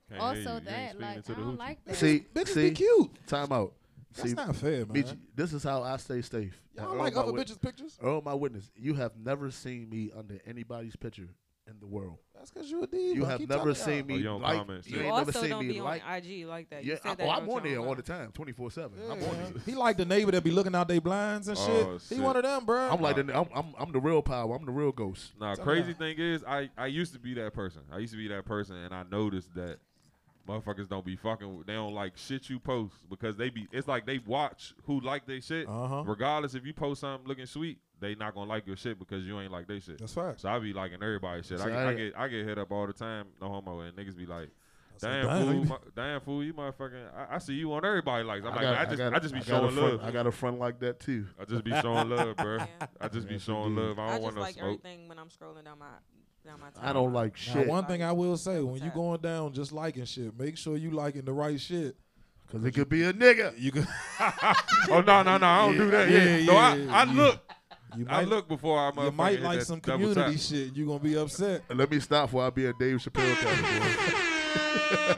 E: Can't hear you. You
G: also
E: ain't
G: that,
E: speaking
G: like,
E: into
G: I
E: the
G: don't
E: hoochie.
G: like that.
O: See,
K: Bitches
O: see,
K: be cute.
O: Time out.
K: That's
O: See,
K: not fair, man.
O: Mitch, this is how I stay safe.
K: Y'all
O: And
K: like
O: Earl, my
K: other
O: wit-
K: bitches' pictures?
O: Earl, my witness, you have never seen me under anybody's picture in the world.
K: That's because you a diva.
O: You
K: I
O: have
K: keep
O: never
K: telling
O: seen
K: y'all.
O: me
E: Oh, don't
O: like.
E: comment,
O: you
E: so-
O: ain't
E: You
O: never
I: also
O: seen
I: don't
O: me
I: be on
O: like
I: IG like that. You
O: Yeah,
I: said
O: I,
I: that
O: oh, I'm
I: about
O: on
I: your
O: there all
I: mom.
O: the time, 24 seven. I'm on
K: Yeah.
O: there.
K: He like the neighbor that be looking out they blinds and shit.
E: Oh,
K: He
E: shit.
K: one of them, bro.
O: I'm like the, I'm, I'm I'm the real power. I'm the real ghost.
E: Nah,
K: Tell
E: crazy
K: me.
E: thing is, I I used to be that person. I used to be that person, and I noticed that motherfuckers don't be fucking. with- They don't like shit you post because they be. It's like they watch who like they shit.
K: Uh-huh.
E: Regardless if you post something looking sweet, they not gonna like your shit because you ain't like they shit.
K: That's facts.
E: So I be liking everybody's shit.
K: See,
E: I, get,
K: I-
E: I get I get hit up all the time, no homo, and niggas be like.
K: said,
E: Damn,
K: "Damn,
E: fool,
K: you be-
E: mu- damn fool, you motherfucking. I, I see you on everybody likes. I'm
O: I
E: like,
O: got-
E: man, I just, I,
O: got-
E: just be
O: got a
E: showing
O: front-
E: love.
O: I got a front like that too.
E: I just be showing love, bro. I just be
O: Yes,
E: showing
O: indeed.
E: love. I
I: I
E: don't
I: just
E: want no
I: like
E: smoke.
I: everything when I'm scrolling down my down my.
O: I don't like
K: Now,
O: shit.
K: one thing I will say, when you going down just liking shit, make sure you liking the right shit.
O: Cause it could be a nigga.
K: You could.
E: Oh no no no! I don't do that. Yeah, no, I, I look. I
K: might-
E: look before I.
K: You
E: motherfucking
K: might
E: hit
K: like
E: that
K: some
E: double
K: community
E: tap.
K: shit. You gonna be upset.
O: Let me stop before I be a Dave Chappelle category.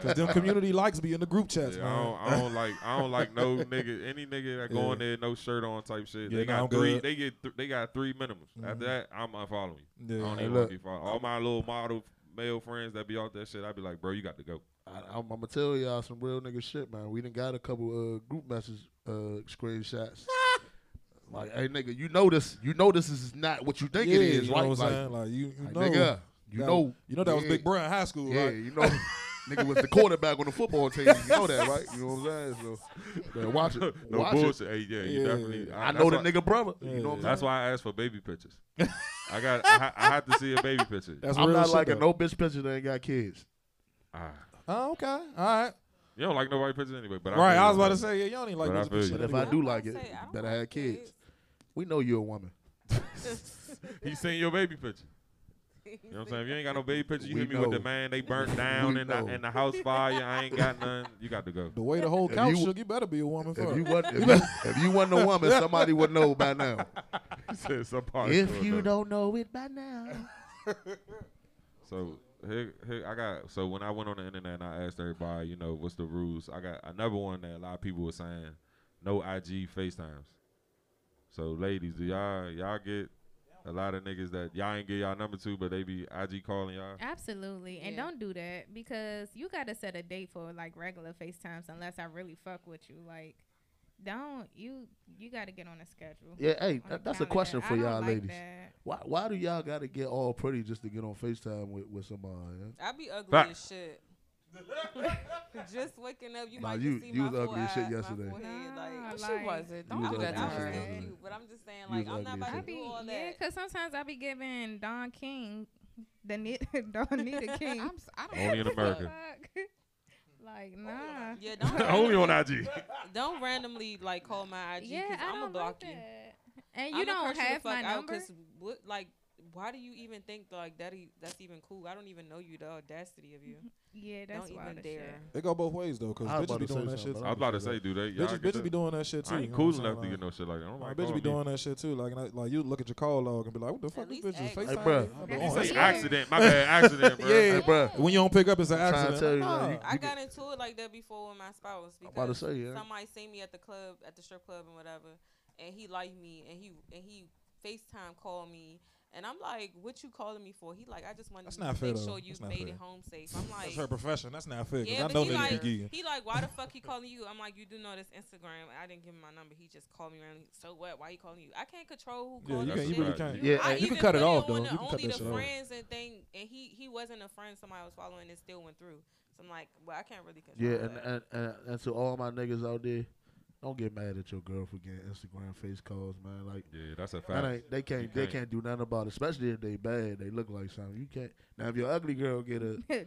K: Cause them community likes be in the group chats,
E: Yeah, I,
K: man.
E: don't, I don't like I don't like no nigga any nigga that go in there no shirt on type shit.
K: Yeah,
E: they
K: no, I'm
E: got three.
K: good.
E: They get th- they got three minimums.
K: Mhm.
O: Mm-hmm.
E: After that, I'm unfollowing you.
K: Yeah.
E: I don't
K: Hey,
E: even want
K: look.
E: to be following. All my little model male friends that be out that shit, I be like, bro, you got to go.
O: I, I'm, I'm gonna tell y'all some real nigga shit, man. We done got a couple uh, group message uh, screenshots. like, hey nigga, you know this. You know this is not what you think it
K: Yeah,
O: is,
K: you know
O: right?
K: what I'm saying? Like, you- you know.
O: nigga, you
K: That-
O: know,
K: you know that was Big Bro in high school,
O: yeah,
K: right?
O: you know, nigga was the quarterback on the football team. You know that, right? You know what I'm saying? So, man, watch it.
E: No
O: watch
E: bullshit.
O: It.
E: Hey, yeah, you definitely.
O: I,
E: that's
O: know the
E: why-
O: nigga brother. You know what I'm saying?
E: That's why I asked for baby pictures. I got. I, ha- I had to see a baby picture.
O: I'm not like a no bitch picture that ain't got kids.
E: Ah.
K: Oh, okay. All right.
E: You don't like nobody pictures anyway, but
K: Right,
E: I, feel
K: I
E: you.
K: was about to say, yeah, y'all ain't like
E: But I
K: those
E: feel you.
O: But if I do like it, that I had kids, we know you're a woman.
E: He seen your baby picture. You know what I'm saying? If you ain't got no baby picture, you
O: We
E: hit me with
O: know.
E: the man they burnt
O: We
E: down in
O: know.
E: the, in the house fire. I ain't got none. You got to go.
K: The way the whole
O: If
K: couch
O: you-
K: shook, you better be a woman
O: If
K: first.
O: you wasn't, if you, if you wasn't a woman, somebody would know by now.
E: said somebody
O: if
E: would
O: you
E: know.
O: don't know it by now,
E: So here, here I got. So when I went on the internet and I asked everybody, you know, what's the rules? I got another one that a lot of people were saying, no IG Facetimes. So ladies, do y'all y'all get a lot of niggas that y'all ain't get y'all number to, but they be IG calling y'all.
G: Absolutely. And
N: Yeah.
G: don't do that because you got to set a date for like regular FaceTimes unless I really fuck with you. Like, don't you you got to get on a schedule.
O: yeah, hey,
G: on
O: that, that's a
G: calendar.
O: question
G: I
O: for
G: don't
O: y'all
G: like
O: ladies.
G: that.
O: Why, why do y'all got to get all pretty just to get on Facetime with, with somebody? Yeah?
I: I be ugly
O: Fact.
I: as shit. Just waking up, you
O: Nah,
I: might
O: you-
I: see
O: you
I: my
O: was ugly as
I: as
O: shit yesterday.
I: Like,
N: she wasn't. Don't
O: You
N: do
O: was
N: that to
O: ugly as
N: her.
O: shit yesterday.
I: cute, but I'm just saying,
O: You
I: like,
O: was
I: I'm
O: ugly as
I: not about to
G: I
O: shit.
I: do
G: be,
I: all
G: yeah,
I: that.
G: because sometimes I be giving Don King, the Donita King.
N: I'm, s- I don't
E: Only in
N: give a
E: America.
G: Fuck. like, nah.
I: Oh, Yeah, don't
E: Only on
I: randomly-
E: IG.
I: Don't randomly like call my IG
G: Yeah,
I: because
G: I
I: I'm
G: don't
I: gonna block
G: like
I: you.
G: that. And you
I: I'ma
G: don't
I: curse the
G: have my
I: fuck out
G: number?
I: 'cause what, like, why do you even think like that? E- that's even cool. I don't even know you. The audacity of you.
G: Yeah, that's
I: don't
G: wild
I: even
G: as
I: dare.
G: shit.
K: It go both ways though, cause
E: I was
K: bitches
E: about
K: be
E: to
K: doing
E: say
K: that
E: something,
K: shit.
E: but
K: too.
E: I was about to say, do they- y'all
K: Bitches,
E: get
K: bitches
E: that?
K: be doing that shit too.
E: I ain't
K: you know
E: cool
K: what I'm
E: enough to
K: saying?
E: get no shit like that. I don't
K: bitches
E: like
K: be
E: calling me.
K: doing that shit too. Like, and I, like you look at your call log and be like, "What the fuck? This bitch is
O: Hey,
K: FaceTime."
O: bruh.
K: I'm
O: At
K: like,
O: least
K: "Oh,
O: ask.
K: shit."
E: Accident, my bad, accident, bruh.
K: yeah,
O: Hey, bruh.
K: When you don't pick up, it's an
O: I'm trying to
K: accident.
O: tell you,
K: Nah.
O: man, you-
I: Oh, I got into it like that before with my spouse because
O: about to say, yeah.
I: somebody seen me at the club, at the strip club and whatever, and he liked me and he and he FaceTime called me and I'm like, "What you calling me for?" He like, "I just wanted
K: That's
I: to
K: not
I: make
K: fair, though.
I: sure you
K: That's not
I: made
K: fair.
I: it home safe." I'm like,
K: That's her profession. That's not fair. 'cause
I: Yeah,
K: I
I: but
K: know
I: he
K: niggas
I: like,
K: be geeking.
I: he like, why the fuck he calling you? I'm like, you do know this Instagram. I didn't give him my number. He just called me around. So what? Why he calling you? I can't control who
K: Yeah,
I: calls me.
K: you can't. You
I: shit.
K: really can't.
O: Yeah,
I: I
O: hey, you
I: even
O: can cut it
I: put
O: off,
I: on
O: though.
I: the
O: You can cut
I: only
O: that
I: the
O: shit off.
I: friends and thing, and he he wasn't a friend. Somebody was following and still went through. So I'm like, well, I can't really control.
O: Yeah,
I: that.
O: and, and, and, and to all my niggas out there, don't get mad at your girl for getting Instagram face calls, man. Like,
E: Yeah, that's a
O: that
E: fact.
O: ain't- they can't,
E: You
O: they can't do nothing about it, especially if they bad. They look like something. You can't. Now, if your ugly girl get a,
G: Nigga.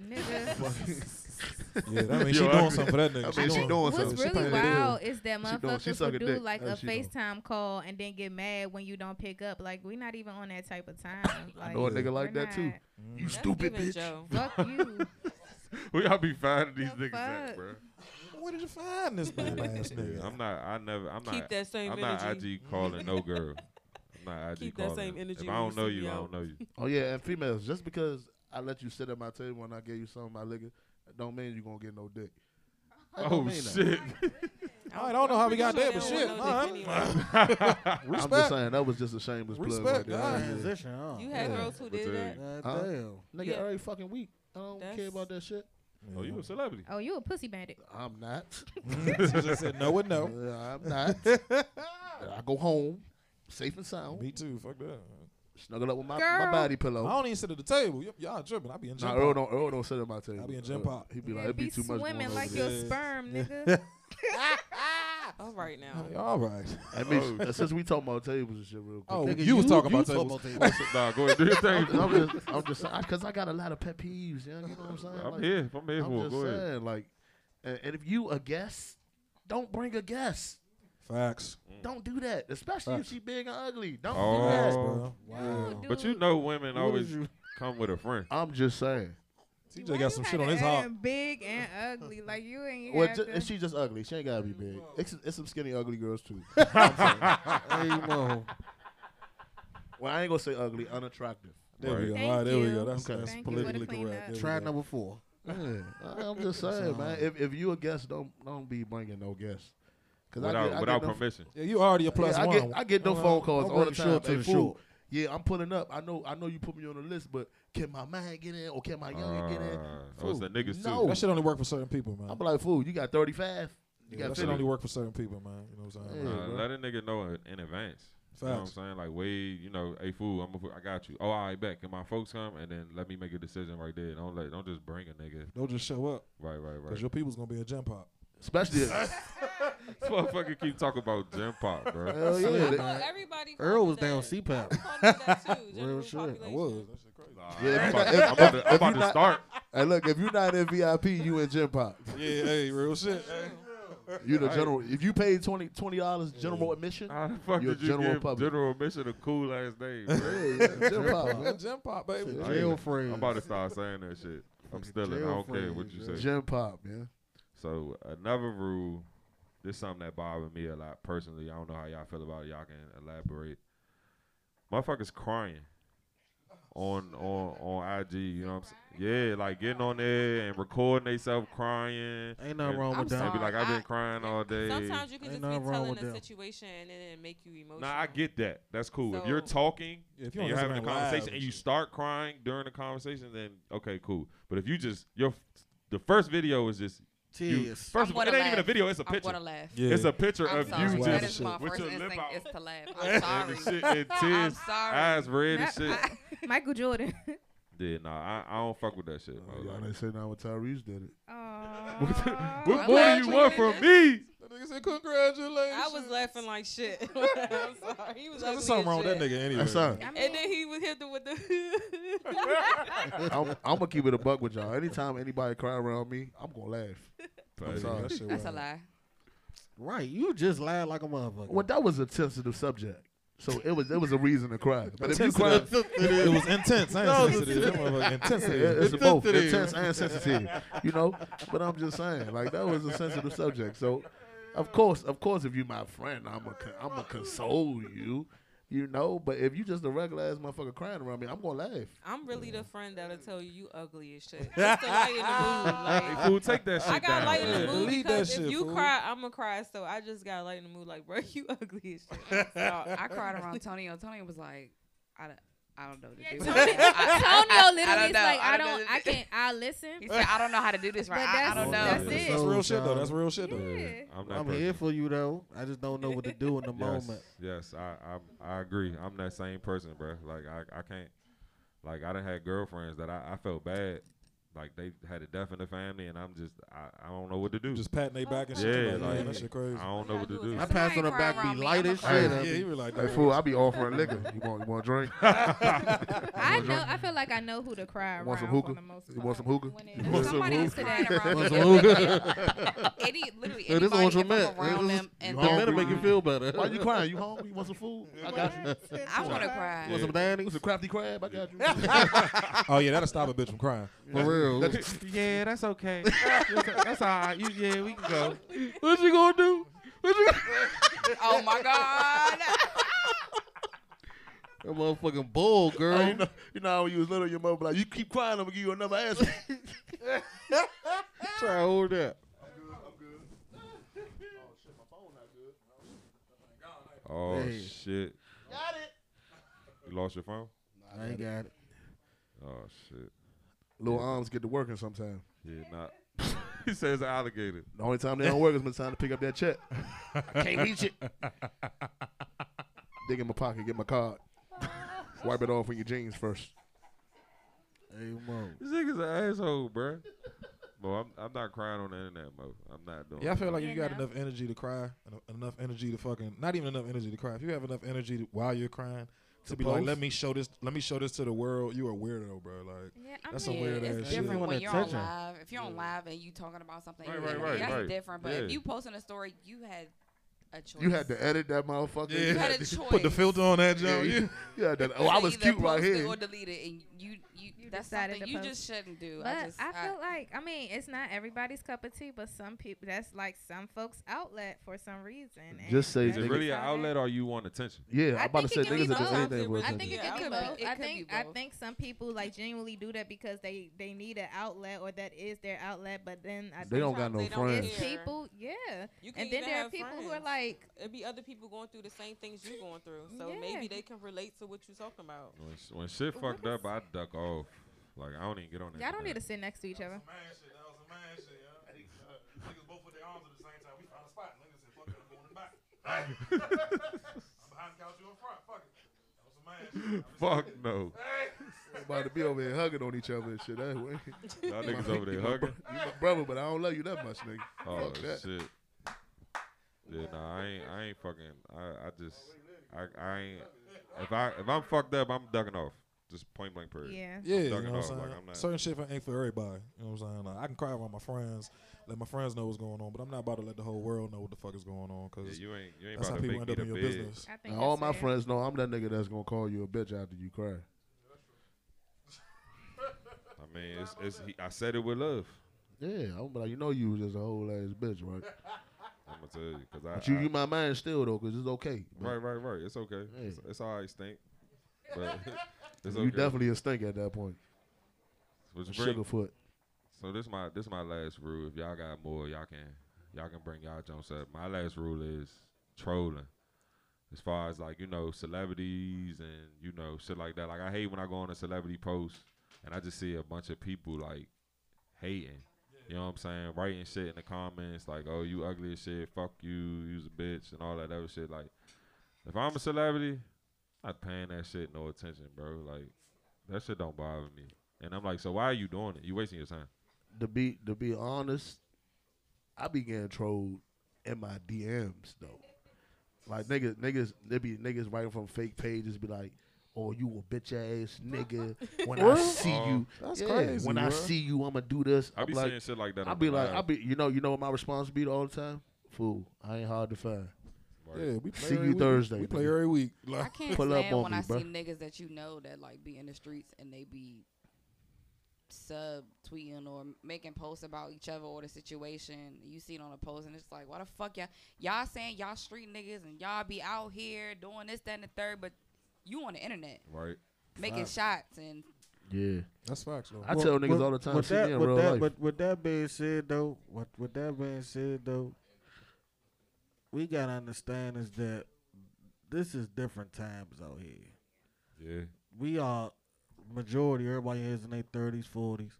K: Yeah, that mean she doing something for that nigga.
O: I mean, she, doing something.
G: What's
O: She
G: really
O: paying the bill.
G: wild is that
O: She doing- she
G: motherfuckers
O: sucking
G: will do
O: dick.
G: like a
O: That's what she doing.
G: FaceTime call and then get mad when you don't pick up. Like we not even on that type of time.
O: I know a n
G: we're
O: nigga like that too.
G: not.
E: Mm.
O: You stupid
G: even
O: bitch.
G: Joe. Fuck you.
E: Where y'all be finding these niggas
G: fuck?
E: at, bro?
K: Where did you find this man? ass nigga?
E: Yeah, I'm not. I never. I'm
I: Keep
E: not.
I: that same
E: I'm not
I: energy.
E: IG calling no girl. I'm not IG
I: Keep that
E: calling.
I: same energy
E: If
I: when
E: I
I: you
E: don't know
I: see
E: you,
I: me
E: I
I: out.
E: don't know you.
O: Oh yeah, and females, just because I let you sit at my table and I gave you something, my nigga, that don't mean you gonna get no dick. That don't
E: Oh,
O: mean that.
E: shit.
K: I don't know how we got there, but shit. uh-huh. all right.
O: I'm just saying that was just a shameless plug.
K: Respect,
O: right there.
K: God.
O: Yeah.
F: Transition, huh?
I: You had
O: Yeah.
I: girls who
O: But
I: did
O: yeah.
I: that?
O: Huh?
F: Damn.
O: Nigga,
I: Yeah.
O: every fucking week. I don't care about that shit.
E: Oh, you a celebrity?
G: Oh, you a pussy bandit.
O: I'm not.
K: She just said no and no.
O: Yeah, I'm not. I go home, safe and sound.
K: Me too. Fuck that.
O: Snuggle up with my, my
K: Girl.
O: body
K: I
O: pillow.
K: don't even sit at the table. Y- y'all tripping. I be in gym.
O: Nah,
K: pop.
O: Earl don't, Earl don't sit at my table.
K: I be in gym
O: Uh,
K: pop.
O: He be like,
G: Yeah,
O: it'd be,
G: be
O: too much. going
G: swimming
O: on
G: like
O: over
G: your
O: there."
G: sperm,
O: Yeah.
G: nigga.
I: All right now.
K: All right.
O: I mean,
E: Oh,
O: since we talking about tables and shit real quick.
K: Oh, Nigga, you was you- talking you about talking tables. about tables.
E: Nah, go ahead, do your thing.
O: I'm, I'm just, I'm just saying, because I got a lot of pet peeves, you know, you know what I'm saying?
E: I'm here. I'm here for it.
O: just
E: Go ahead.
O: saying, like, and, and if you a guest, don't bring a guest.
K: Facts.
O: Don't do that, especially
K: Facts.
O: if she big and ugly. Don't do that.
E: Oh,
K: bro. Wow.
E: but you know, women
O: What
E: always
O: is you-
E: come with a friend.
O: I'm just saying.
K: TJ got some shit on his heart.
G: And big and ugly, like you ain't.
K: You
O: Well,
G: have
O: ju-
G: to-
O: and she's just ugly. She ain't gotta be big. It's, it's some skinny, ugly girls too. You know what I'm saying?
F: Amen.
O: Well, I ain't gonna say ugly, unattractive.
K: There we go. All right, there we go. That's, that's
O: Thank you for the
K: politically correct. There we
F: Try
O: go.
F: number four.
O: Yeah, I- I'm just saying, man. If, if you a guest, don't don't be bringing no guests.
E: Without- without permission.
K: Yeah, you already a plus
O: I
K: one. Uh-huh.
O: Get, I get no
K: Well,
O: phone calls
K: I'm
O: all the
K: bringing
O: time.
K: short to
O: Hey,
K: the
O: fool,
K: shoot.
O: Yeah, I'm pulling up. I know I know you put me on the list, but can my man get in or can my youngin get in?
E: oh, it's
O: Fool,
E: the niggas
O: no.
E: too.
K: That shit only work for certain people, man.
O: I'm like, fool, you got 35. You
K: Yeah,
O: got
K: that shit
O: 50.
K: only work for certain people, man. You know what I'm saying?
E: Uh, let a nigga know in- in advance. You know what I'm
K: Facts.
E: saying? Like, wait, you know, hey fool, I'm a, fool, I got you. Oh, all right, bet. Can my folks come? And then let me make a decision right there. Don't let, don't just bring a nigga.
K: Don't just show up.
E: Right, right, right.
K: Because your people's going to be a gym pop.
O: Especially
E: This motherfucker keep talking about gym pop, bro.
K: Hell yeah, I thought man.
I: everybody
F: Earl was down CPAP.
I: Real
F: shit.
I: I
K: was.
O: Yeah, if
E: I'm
O: you not-
E: about-
O: if-
E: I'm
O: if-
E: about to- I'm
O: if
E: about
O: you
E: to
O: not-
E: start.
O: Hey, look, if you're not in VIP, you in gym pop.
K: Yeah, hey, real shit.
O: You the
E: Right.
O: general. If you paid 20 dollars general admission,
E: How the fuck
O: you're
E: did you
O: general
E: give
O: public.
E: General Admission a cool ass name?
O: Yeah, yeah, Gym Pop, man.
K: Gym Pop, baby.
E: I ain't-
K: Jail
E: I'm about to start saying that shit. I'm still it. I don't care what you say.
O: Gym pop, yeah.
E: So another rule, this is something that bothered me a lot personally. I don't know how y'all feel about it. Y'all can elaborate. Motherfuckers crying on on on IG. You know what I'm saying? Yeah, like getting on there and recording themselves crying.
F: Ain't nothing
E: and-
F: wrong with I'm that.
E: And be like, I've
I: sorry,
E: been crying all day.
I: Sometimes you can just
F: Ain't nothing
I: be
F: wrong
I: telling
F: with
I: a
F: them.
I: situation and then it make you emotional.
E: Nah, I get that. That's cool. if
I: So-
E: you're talking,
K: Yeah, if
E: if
K: you
E: you
K: don't
E: and you're
K: listen
E: having a
K: to that live
E: conversation
K: and
E: and you start crying during the conversation, then okay, cool. But if you just your the first video is just you,
F: Tears.
N: I'm
E: first of all, it
N: gonna
E: ain't even a
N: laugh.
E: video. It's a
N: I'm
E: picture.
N: gonna laugh.
E: It's
K: Yeah.
E: a picture
N: I'm
E: of
N: sorry.
E: you
N: That
E: just
N: is my
E: with
N: first
E: your lip
N: instinct
E: out.
N: is to laugh.
E: and
N: I'm sorry.
E: the shit, and
N: I'm
E: tears,
N: sorry.
E: eyes red and
G: Not-
E: shit.
G: I- Michael Jordan.
E: Yeah, nah, I, I don't fuck with that shit. bro.
O: Oh, Y'all ain't say not what Tyrese did it.
G: Aw.
E: what more do you want from me?
K: That nigga said, congratulations.
I: I was laughing like shit. I'm sorry. He was
K: There's
I: ugly
K: something
I: as
K: wrong with that
I: shit.
K: nigga anyway.
O: That's all.
I: And then he was hit with the.
O: I'm, I'm gonna keep it a buck with y'all. Anytime anybody cry around me, I'm gonna laugh. I'm
K: Right.
O: sorry.
K: That shit
N: That's a lie.
F: Right, you just lied like a motherfucker.
O: Well, that was a sensitive subject, so it was it was a reason to cry. But if you cry,
K: Sensitive. It was intense. I ain't sensitive. That motherfucker intensive.
O: Yeah, it's both
K: Sensitive.
O: intense and sensitive. You know, but I'm just saying, like that was a sensitive subject. So, of course, of course, if you my friend, I'm a con- I'm a console you. You know, but if you just a regular ass motherfucker crying around me, I'm gonna laugh.
I: I'm really the friend that'll tell you you ugly as shit. Just to lighten the mood. Like,
E: Hey, fool, take that
I: I
E: shit
I: got
E: down.
I: light in the
E: Yeah,
I: mood
K: delete
I: because
K: that
I: if
K: shit,
I: you
K: fool.
I: cry, I'm gonna cry. So I just got light in the mood. Like, bro, you ugly as shit.
N: So I cried around Tonio. Tonio was like, I don't, I don't know. what to do.
G: Tony- Tonio
N: I
G: literally
N: don't
G: is
N: know.
G: like, I
N: know
G: don't,
N: what
G: I
N: to do."
G: can't, I listen.
N: He said, I don't know how to do this right.
G: But
N: I, I don't know.
G: that's-
K: That's,
G: it.
K: real shit, though. That's real shit, though.
E: I'm not
F: I'm
E: perfect.
F: here for you though. I just don't know what to do in the
E: yes,
F: moment.
E: Yes, I, I I agree. I'm that same person, bruh. Like I, I can't like I done had girlfriends that I, I felt bad. Like they had a death in the family and I'm just I, I don't know what to do.
K: Just patting they back and shit.
E: Yeah,
K: like,
E: like
K: man, that shit crazy.
E: I don't know what to do.
F: I passed on the
N: cry
F: back,
N: around
F: be
N: me,
F: light
N: I'ma
F: as
N: cry.
F: shit.
K: Yeah,
F: I be-
K: he be like,
O: Hey, fool, I be offering liquor. You want you want a drink?
G: I know. I feel like I know who to cry around
O: Want some
G: for
O: hookah?
G: the most
O: You
G: part.
O: want some hookah?
G: When it-
O: You want some
N: Somebody is
O: hookah?
N: crying around me.
F: Want some hookah?
N: Any, literally
F: Hey, this is
N: anybody if
F: what you
N: I'm
F: meant.
N: around
F: This is-
N: them and "Mm-hmm."
F: you
N: they're
F: better make you
N: crying,
F: feel better.
O: Why you crying? You hungry? You want some food? I got you.
N: I want to cry.
F: Want some Danny's?
O: Some crafty crab? I got you.
K: oh, yeah, that'll stop a bitch from crying.
F: For real.
E: Yeah, that's okay. that's all right. You, yeah, we can go.
F: What you gonna do? What you?
N: Oh my god.
F: that motherfucking bull, girl.
O: you, know, you know how when you was little, your mother be like, "You keep crying, I'm gonna give you another answer."
F: Try to hold that.
E: Oh
F: Hey.
E: shit.
O: got it.
E: You lost your phone?
F: I ain't got it.
E: Oh shit.
O: Little arms get to working sometime.
E: Yeah, not he says an alligator.
O: The only time they don't work is when it's time to pick up that check. I can't reach it. Dig in my pocket, get my card. Wipe it off with your jeans first.
F: Hey, Mo.
E: This nigga's an asshole, bruh. Well, I'm I'm not crying on the internet, Mo. I'm not doing.
K: Yeah, I feel
E: that.
K: like if you
G: Yeah,
K: got
G: no.
K: enough energy to cry, en- enough energy to fucking, not even enough energy to cry. If you have enough energy to, while you're crying to be like,
O: post?
K: let me show this, let me show this to the world. You a weirdo, bro. Like
G: Yeah, I
K: that's
G: mean,
K: a weird
N: it's
K: ass shit.
N: different
F: Everyone
N: when you're on
F: attention.
N: live. If you're on live and you talking about something,
E: Right,
N: you-
E: right, right,
N: that's
E: right.
N: different. But if
E: Yeah.
N: you posting a story, you had a choice.
O: You had to edit that motherherfucker.
K: Yeah. You had a Put the choice. filter on that,
O: Yeah,
K: Joe. Yeah.
O: you, you had that. Oh,
N: You
O: I was
N: either
O: cute right
N: post it
O: here.
N: Or delete it, and you you, that's
G: decided
N: something
G: to
N: you
G: post
N: just
G: it.
N: shouldn't do.
G: But
N: I
G: I,
N: just
G: feel like I mean it's not everybody's cup of tea, but some people that's like some folks' outlet for some reason. and
O: Just say
E: is it
O: niggas-
E: really an outlet or you want attention?
O: Yeah, I I'm about
G: think it can be both.
O: worth
G: I think it
N: Yeah,
G: can be
N: I would-
G: both.
N: it
G: I
N: could
G: think
N: be
G: I
N: both.
G: think some people like genuinely do that because they they need an outlet or that is their outlet. But then I
O: They don't
G: think
O: got no
G: sometimes
O: friends.
G: It's people, yeah.
I: You can
G: and then
I: even
G: there are
I: have
G: people who are
I: friends.
G: like,
I: it'd be other people going through the same things you're going through, so
G: Yeah.
I: maybe they can relate to what you're talking about.
E: When, sh- when shit fucked up, I duck off. Like I don't even get on there.
G: y'all don't need to sit next to each other.
K: Niggas both put their arms at the same time. We found a spot. Niggas said, fuck it, I'm going in the back. I'm behind the couch, you in front. Fuck it. That was some mad shit.
O: Fuck
E: no.
O: About to be over there hugging on each other and shit. That way.
E: Y'all niggas over there
O: You my bro-
E: hugging?
O: You my brother, but I don't love you that much, nigga.
E: Oh
O: Fuck that.
E: shit. Yeah, nah, I ain't, I ain't fucking. I, I just, I, I ain't. If I, if I'm fucked up, I'm ducking off. Just point blank period.
G: Yeah.
E: I'm
K: Yeah, you know
E: ducking
K: what I'm
E: off.
K: saying?
E: Like I'm not.
K: Certain shit ain't for everybody. You know what I'm saying? Like, I can cry around my friends, let my friends know what's going on, but I'm not about to let the whole world know what the fuck is going on because
E: Yeah, you ain't- you ain't
K: that's how
E: about to
K: people
E: make
K: end up
E: me
K: in
E: the
K: your
E: big-
K: business.
G: I
O: And all my friends know I'm that nigga that's gonna call you a bitch after you cry.
E: I mean, it's, it's. He, I said it with love.
O: Yeah, I'm like, you know you was just a whole ass bitch, right?
E: I'm gonna tell you, cause I.
O: But you,
E: I-
O: you my man still though, cause it's okay. But
E: Right, right, right. It's okay. It's, it's all right, stink. But it's
O: you
E: okay.
O: definitely a stink at that point.
E: Which
O: A
E: bring-
O: Sugarfoot.
E: So this my this my last rule. If y'all got more, y'all can y'all can bring y'all jumps up. My last rule is trolling. As far as like you know celebrities and you know shit like that. Like I hate when I go on a celebrity post and I just see a bunch of people like hating. You know what I'm saying? Writing shit in the comments like, "Oh, you ugly as shit. Fuck you. You's a bitch," and all that other shit. Like, if I'm a celebrity, I'm not paying that shit no attention, bro. Like, that shit don't bother me. And I'm like, so why are you doing it? You wasting your time.
O: To be to be honest, I be getting trolled in my DMs though. Like niggas, niggas, they be niggas writing from fake pages, be like, "Oh, you a bitch ass nigga." When I
K: What?
O: see
K: Oh,
O: you,
K: that's
O: yeah,
K: crazy,
O: When I
K: bro.
O: see you, I'ma do this.
E: I
O: I'm
E: be
O: like,
E: saying shit like that
O: I
E: on
O: be
E: the
O: like,
E: live.
O: I be, you know, you know what my response be all the time? Fool, I ain't hard to find.
K: Yeah, we play
O: see
K: every
O: you
K: week.
O: Thursday.
K: We play
O: nigga.
K: every week.
N: I can't
O: Pull up
N: stand
O: on
N: when
O: me,
N: I
O: bro.
N: see niggas that you know that like be in the streets and they be sub tweeting or making posts about each other or the situation. You see it on a post and it's like, why the fuck y'all y'all saying y'all street niggas and y'all be out here doing this, that, and the third, but you on the internet
E: Right.
N: making shots and
O: Yeah,
K: that's facts. Though.
O: I tell niggas all the time,
F: With
O: see
F: that,
O: me in
F: with
O: real
F: that,
O: life.
F: With, with that being said, though, with, with that being said, though, we gotta understand is that this is different times out here.
E: Yeah.
F: We are majority everybody here is in their thirties, forties.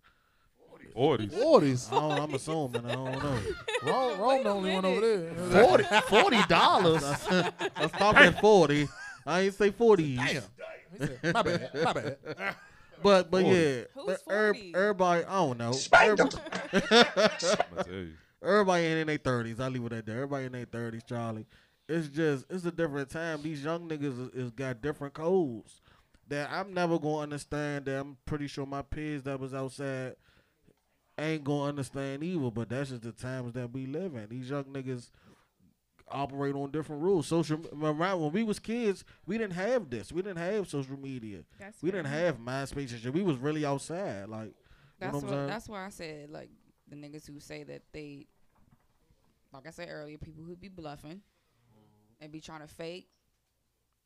E: 40s.
K: 40s.
F: Oh, I'm assuming. I don't know.
K: Wrong, wrong, the only one over there.
F: Forty, forty dollars. I stopped at forty. I ain't say forty. Damn.
K: He said, "My bad, my bad."
F: But but
K: 40.
F: yeah,
K: Who's
F: but er-
K: 40?
F: everybody I don't know.
K: Spank 'em.
E: I'ma tell you.
F: Everybody ain't in their thirties. I leave it at that. Everybody in their thirties, Charlie. It's just it's a different time. These young niggas is, is got different codes that I'm never gonna understand. That I'm pretty sure my peers that was outside ain't gonna understand either. But that's just the times that we live in. These young niggas operate on different rules. Social around when we was kids, we didn't have this. We didn't have social media.
N: That's
F: we
N: fair.
F: didn't have MySpace and shit. We was really outside. Like
N: That's
F: you know what, I'm saying?
N: that's why I said like the niggas who say that they, like I said earlier, people who be bluffing and be trying to fake.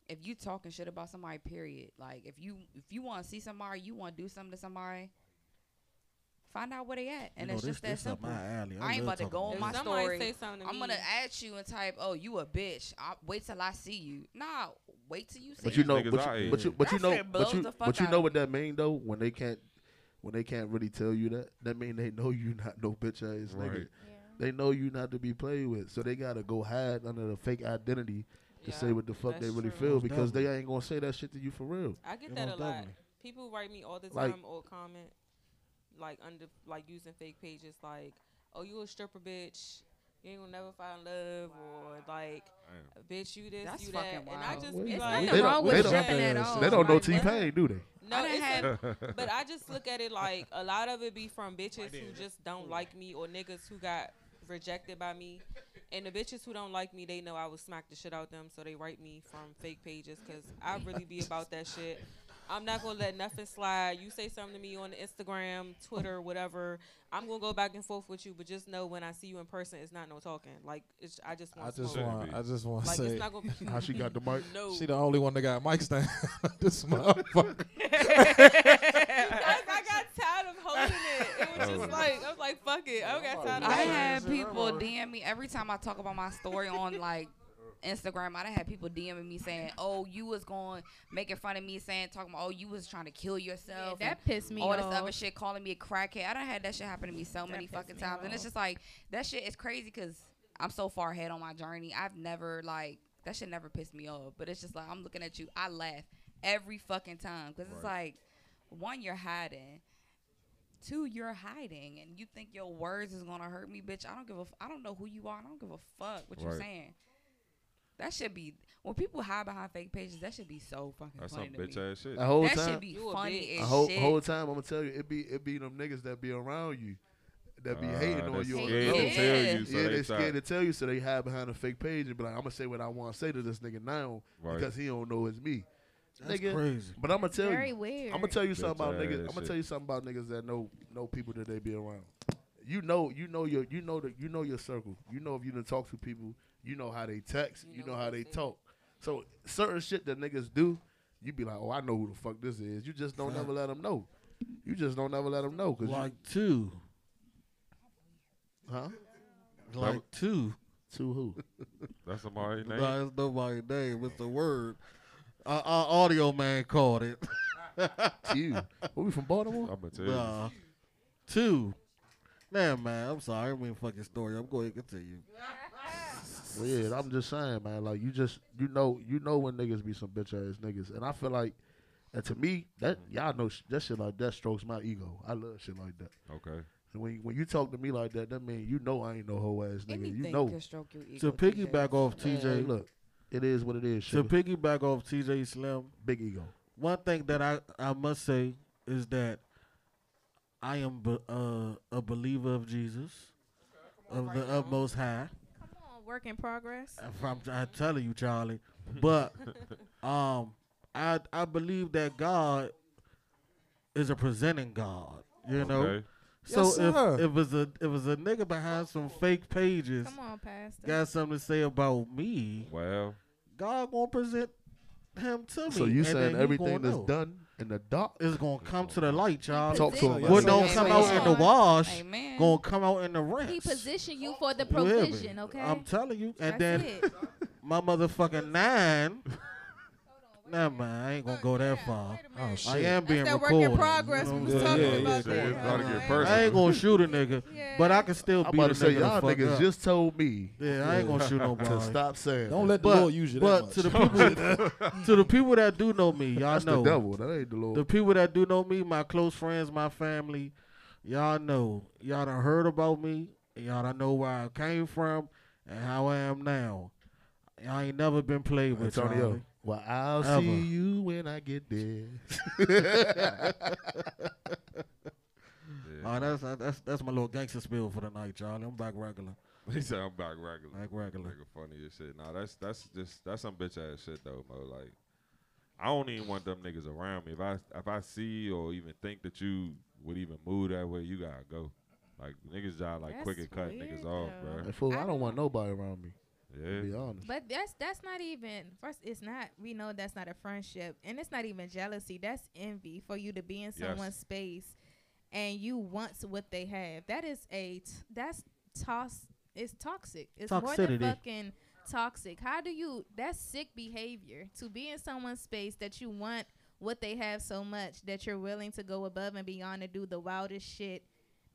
N: If you talking shit about somebody, period. Like if you if you want to see somebody, you want to do something to somebody. Find out where they at, and
F: know,
N: it's just that
F: this- this up
N: simple.
F: my alley. I
N: I, ain't
F: love
N: about to
F: talking
N: go
F: about
N: on
F: this.
N: my
F: If somebody
N: story.
I: say something to
N: I'm gonna
I: me-
N: ask you and type, "Oh, you a bitch." I, wait till I see you. Nah, wait till you see.
O: But you
N: me.
O: know, but you, but you, but you
N: That
O: know,
N: shit
O: but
N: blows
O: you,
N: the fuck
O: but you
N: out
O: know
N: of
O: what that mean though. When they can't, when they can't really tell you that, that mean they know you not no bitch ass nigga.
E: Right.
O: They know you not to be played with, so they gotta go hide under the fake identity to say what the fuck they
I: that's
O: really
I: true.
O: feel
I: Most
O: because they ain't gonna say that shit to you for real.
I: I get
O: Yeah,
I: that a
O: most
I: lot.
O: definitely.
I: People write me all the
O: Like-
I: time or comment like under like using fake pages like, "Oh, you a stripper bitch. You ain't gonna never find love," or like, "Bitch, you this,
N: That's
I: you that."
N: fucking
I: And I
N: wild.
I: just
N: Well,
I: be
N: It's
I: like,
O: they don't, they don't, they don't know T Pain, do they?
I: No,
N: I done
I: it's
O: had-
I: but I just look at it like a lot of it be from bitches who just don't like me or niggas who got rejected by me. And the bitches who don't like me, they know I would smack the shit out them, so they write me from fake pages because I really be about that shit. I'm not gonna let nothing slide. You say something to me on Instagram, Twitter, whatever. I'm gonna go back and forth with you, but just know when I see you in person, it's not no talking. Like it's, I just want.
K: I just
I: smoke.
K: want. I just want to
I: Like,
K: say.
I: it's not gonna be- No.
K: She the only one that got mic stand. this motherfucker.
I: Guys, I got tired of holding it. It was
K: Oh.
I: just like I was like, fuck it. I got tired of
N: I
I: holding
N: had
I: it.
N: people DM me every time I talk about my story on like Instagram. I done had people DMing me saying, "Oh, you was going making fun of me, saying talking about, oh, you was trying to kill yourself."
G: Yeah, that
N: and
G: pissed me
N: All this
G: off.
N: other shit, calling me a crackhead. I done had that shit happen to me so
G: That
N: many
G: pissed
N: fucking
G: me
N: times, and it's
G: off.
N: just like that shit is crazy because I'm so far ahead on my journey. I've never like that shit never pissed me off, but it's just like I'm looking at you, I laugh every fucking time because it's
I: Right.
N: like one, you're hiding two, you're hiding, and you think your words is gonna hurt me, bitch. I don't give a. F- I don't know who you are. and I don't give a fuck what you're
E: Right.
N: saying. That should be when people hide behind fake pages. That should be so fucking
E: That's
N: funny
E: some
N: to me.
E: bitch ass shit.
O: The whole
N: that
O: time,
N: should be funny
O: The
N: as
O: whole,
N: shit.
O: whole time, I'm gonna tell you, it be it be them niggas that be around you, that be
E: Ah,
O: hating on
E: that's
O: you. on the
E: scared to
O: low.
E: tell you, so
O: yeah,
E: they
O: they
E: try-
O: scared to tell you, so they hide behind a fake page and be like, I'm gonna say what I want to say to this nigga now
E: Right.
O: because he don't know it's me.
F: That's
O: nigga.
F: crazy.
O: But I'm gonna tell
G: Very
O: you,
G: weird.
O: I'm gonna tell you something
E: Bitch
O: about niggas. I'm
E: ass
O: gonna
E: shit.
O: tell you something about niggas that know know people that they be around. You know, you know your, you know the, you know your circle. You know if you done talk to people, you know how they text, you, know, how they talk. So certain shit that niggas do, you be like, oh, I know who the fuck this is. You just don't
F: Fact.
O: ever let them know. You just don't ever let them know, cause
F: Like
O: two, huh?
F: Like
O: two, two who?
E: That's somebody's name.
F: Nah, it's nobody's name. It's the word. Our, our audio man called it.
O: two. Were we from Baltimore?
E: I'ma tell you.
F: Nah. Two. Man, man, I'm sorry. I mean, fucking story. I'm going to continue.
O: Well, yeah, I'm just saying, man. Like you just you know you know when niggas be some bitch ass niggas, and I feel like, and to me that y'all know sh- that shit like that strokes my ego. I love shit like that.
E: Okay.
O: And when you- when you talk to me like that, that mean you know I ain't no hoe ass nigga. you
N: Anything
O: know.
N: can stroke your ego,
F: To piggyback off
O: Man,
F: TJ,
O: look, it is what it is.
F: to
O: Sugar.
F: piggyback off TJ Slim,
O: big ego.
F: One thing that I, I must say is that I am be, uh, a believer of Jesus, of the utmost high.
G: Come on, work in progress.
F: If I'm, I'm telling you, Charlie. But um, I I believe that God is a presenting God. You know.
E: Okay.
F: So
E: Yes, sir.
F: if if it's a if it's a nigga behind some fake pages,
G: Come on, Pastor.
F: got something to say about me.
E: Well,
F: God gonna present him to me.
O: So you
F: and then
O: saying
F: you
O: everything
F: gonna
O: that's
F: know.
O: done in the dark
F: is gonna come to the light, y'all.
O: Talk to him.
F: What don't come out in the wash,
G: Amen.
F: gonna come out in the
G: He
F: rinse.
G: positioned you for the
F: You hear me?
G: provision, okay?
F: I'm telling you. And
G: That's
F: then
G: it.
F: my motherfucking nine. Nah, man, I ain't gonna go that far.
G: Oh,
F: I
G: shit.
F: am
G: That's
F: being
G: that work in
F: recorded.
G: progress
F: you know
G: we
F: what
G: was
F: I'm
G: talking
F: saying?
G: about Yeah, yeah,
E: there. yeah, it's about to get
F: I ain't
E: personal.
F: gonna shoot a nigga, but I can still
O: I'm
F: beat
O: about
F: a
O: to say
F: nigga.
O: y'all
F: the fuck
O: niggas
F: up.
O: just told me.
F: Yeah, I ain't gonna shoot nobody.
O: To stop saying.
K: Don't
O: that.
K: let the Lord use you that
F: But
K: much.
F: to the people, to the people that do know me, y'all
O: That's the
F: know
O: devil. That ain't the Lord.
F: people that do know me, my close friends, my family, y'all know. Y'all done heard about me. Y'all done know where I came from and how I am now. Y'all ain't never been played with.
O: Antonio,
F: Charlie.
O: well, I'll
F: Ever.
O: see you when I get there.
F: Oh, that's that's that's my little gangster spiel for the night, Charlie. I'm back regular.
E: He said I'm back regular.
F: Back regular.
E: Nigga funny as shit. Nah, that's that's just that's some bitch ass shit though, bro. Like I don't even want them niggas around me. If I if I see or even think that you would even move that way, you gotta go. Like niggas job like quick and
G: That's
E: cut
G: weird,
E: niggas off,
G: though.
E: bro.
O: Like, fool, I don't want nobody around me.
E: Yeah.
O: To be honest.
G: But that's that's not even first. It's not. We know that's not a friendship, and it's not even jealousy. That's envy for you to be in
E: Yes.
G: someone's space, and you want what they have. That is a. T- that's toss. It's toxic. It's more than
F: Toxicity.
G: fucking toxic. How do you? That's sick behavior to be in someone's space that you want what they have so much that you're willing to go above and beyond to do the wildest shit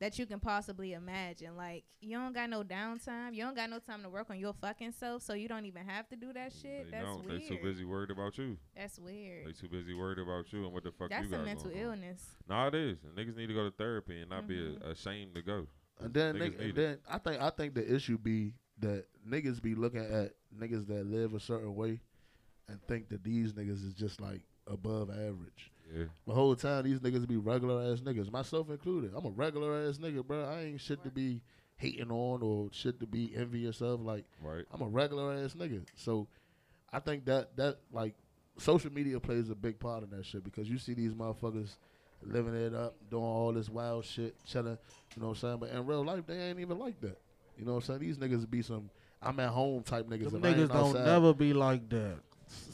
G: that you can possibly imagine. Like you don't got no downtime. You don't got no time to work on your fucking self, so you don't even have to do that shit.
E: They
G: That's
E: don't.
G: weird.
E: They too busy worried about you.
G: That's weird.
E: They too busy worried about you and what the fuck
G: That's
E: you
G: a
E: got
G: mental
E: going on.
G: illness. Mm-hmm.
E: Nah, it is. And niggas need to go to therapy and not be a- ashamed to go.
O: And then,
E: Niggas
O: nigg-
E: need
O: and
E: it.
O: then I think I think the issue be that niggas be looking at niggas that live a certain way and think that these niggas is just like above average.
E: Yeah.
O: The whole time these niggas be regular ass niggas, myself included. I'm a regular ass nigga, bro. I ain't shit to be hating on or shit to be envious of. Like,
E: right.
O: I'm a regular ass nigga. So I think that that like social media plays a big part in that shit because you see these motherfuckers living it up, doing all this wild shit, chilling. You know what I'm saying? But in real life, they ain't even like that. You know what I'm saying? These niggas be some I'm at home type niggas. If
F: Them
O: I ain't
F: niggas don't
O: outside-
F: never be like that.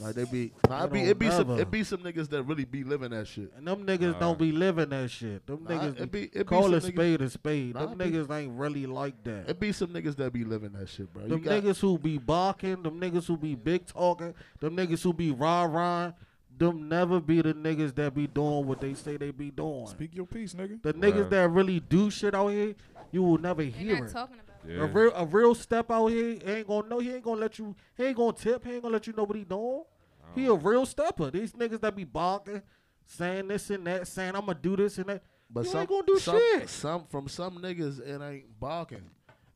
O: Like they be, nah, it
F: They
O: be
F: don't
O: it be some
F: never.
O: it be some niggas that really be living that shit.
F: And them niggas don't be living that shit. Them
O: Nah,
F: niggas
O: it be- it be
F: call
O: some
F: a
O: niggas-
F: spade a spade.
O: Nah,
F: them
O: it be-
F: niggas ain't really like that.
O: It be some niggas that be living that shit, bro. Oh, You
F: Them
O: got-
F: niggas who be barking, them niggas who be big talking, them niggas who be rah rah, them never be the niggas that be doing what they say they be doing.
K: Speak your piece, nigga.
F: The niggas
K: Right.
F: that really do shit out here, you will never hear
G: not
F: it.
G: talking
E: about it. Yeah.
F: A real a real step out here ain't gonna know. He ain't gonna let you. He ain't gonna tip. He ain't gonna let you know what he doing. He a real stepper. These niggas that be barking, saying this and that, saying I'm gonna do this and that.
O: But
F: you
O: some,
F: ain't gonna do
O: some,
F: shit.
O: Some from some niggas, it ain't barking.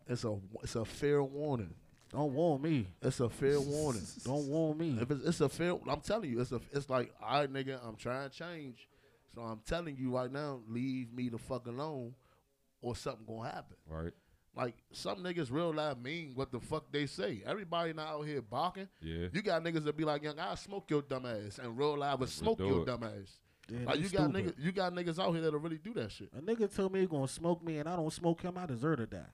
O: It's a it's a fair warning.
F: Don't warn me.
O: It's a fair warning.
F: Don't warn me.
O: If it's, it's a fair, I'm telling you, it's a it's like, all right, nigga, I'm trying to change. So I'm telling you right now, leave me the fuck alone, or something gonna happen.
E: Right.
O: Like some niggas real life mean what the fuck they say. Everybody now out here barking.
E: Yeah.
O: You got niggas that be like, young, I'll smoke your dumb ass, and real life will smoke
E: do
O: your
E: it.
O: dumb ass.
F: Yeah,
O: like
F: they
O: you got
F: stupid.
O: niggas, you got niggas out here that'll really do that shit.
F: A nigga told me he gonna smoke me and I don't smoke him. I deserve to die.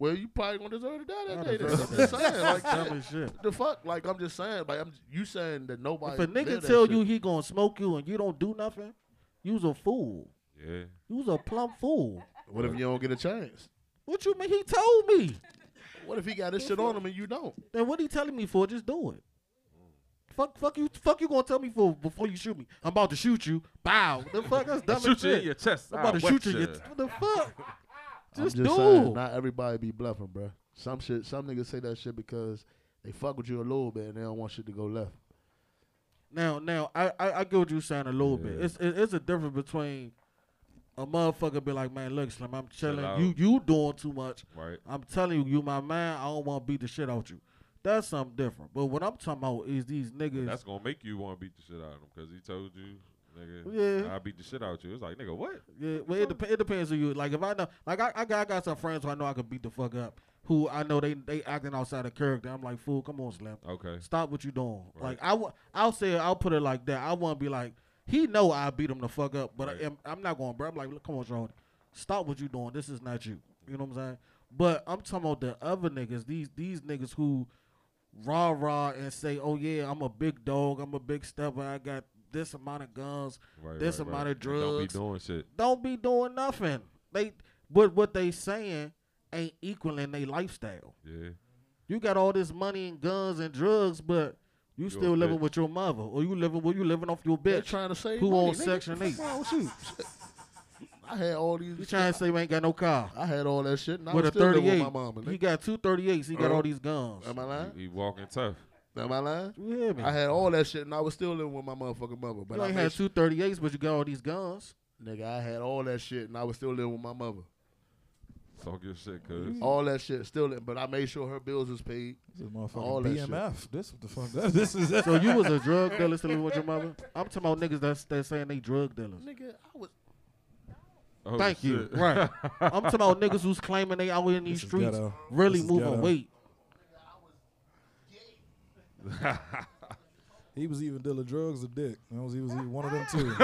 O: Well, you probably gonna deserve to die
F: I
O: that day. Then.
F: deserve
O: I'm
F: to
O: just
F: die.
O: saying, like,
F: Dumb
O: that-
F: as shit.
O: the fuck, like I'm just saying, like I'm, you saying that nobody.
F: If a
O: live
F: nigga
O: that
F: tell
O: shit.
F: you he gonna smoke you and you don't do nothing, you's a fool.
E: Yeah.
F: You's a plump fool.
O: What if you don't get a chance?
F: What you mean? He told me.
O: What if he got this shit on him and you don't?
F: Then what he telling me for? Just do it. Fuck, fuck you, fuck you gonna tell me for before you shoot me? I'm about to shoot you. Bow. The fuck that's dumb
E: Shoot
F: as
E: you
F: shit.
E: in your chest.
F: I'm
E: I'll
F: about to
E: wet
F: shoot you. in your
E: ya.
F: chest. what the fuck?
O: I'm just
F: Just, do.
O: saying, not everybody be bluffing, bro. Some shit, some niggas say that shit because they fuck with you a little bit and they don't want shit to go left.
F: Now, now I, I I get what you saying a little bit. It's it, it's a difference between a motherfucker be like, man, look, Slim, I'm chilling.
E: out.
F: you you doing too much.
E: Right.
F: I'm telling you, you my man. I don't want to beat the shit out you. That's something different. But what I'm talking about is these niggas.
E: That's gonna make you want to beat the shit out of him because he told you, nigga,
F: Yeah.
E: I beat the shit out you. It's like, nigga, what?
F: Yeah, well, it, dep- it depends on you. Like if I know, like I, I got I got some friends who I know I could beat the fuck up. Who I know they they acting outside of character. I'm like, fool, come on, Slim.
E: Okay.
F: Stop what you doing.
E: Right.
F: Like I w- I'll say it, I'll put it like that. I want to be like, he know I beat him the fuck up, but
E: Right.
F: I am, I'm not going, bro. I'm like, look, come on, Jordan. Stop what you doing. This is not you. You know what I'm saying? But I'm talking about the other niggas. These these niggas who rah rah and say, oh yeah, I'm a big dog. I'm a big stepper. I got this amount of guns.
E: Right,
F: this
E: right, right.
F: amount of
E: And don't be
F: drugs
E: doing shit.
F: don't be doing nothing. They but what they saying ain't equaling their lifestyle.
E: Yeah.
F: You got all this money and guns and drugs, but you
E: a
F: still living
E: bitch.
F: with your mother, or you living well, you living off your bitch.
O: They trying to save
F: who
O: money,
F: on
O: nigga.
F: Section
O: Fuck
F: Eight.
O: wrong with you? I had all these.
F: You trying to say we ain't got no car?
O: I had all that shit. And I
F: with
O: was
F: a
O: still living
F: thirty
O: with
F: eight,
O: my mama.
F: he
O: nigga.
F: got two 38s. He got
O: Uh-huh.
F: all these guns.
O: Am I lying?
E: He walking tough.
O: Am I lying?
F: You hear me?
O: I had all that shit and I was still living with my motherfucking mother. But
F: you
O: I
F: ain't
O: made
F: had
O: sh-
F: two 38s, but you got all these guns.
O: nigga, I had all that shit and I was still living with my mother.
E: Talk your shit, cuz.
O: All that shit still, li- but I made sure her bills was paid.
K: This motherfucking
O: all that shit.
K: BMF. This what the fuck. That, this is.
F: so you was a drug dealer still living with your mother? I'm talking about niggas that's that's saying they drug dealers.
O: Nigga, I was.
E: Oh,
F: Thank you.
E: shit.
F: Right. I'm talking about niggas who's claiming they out in these
E: This is
F: streets
E: ghetto.
F: really
E: This is
F: moving
E: ghetto.
F: weight.
K: He was even dealing drugs or dick. That was he was either one of them two.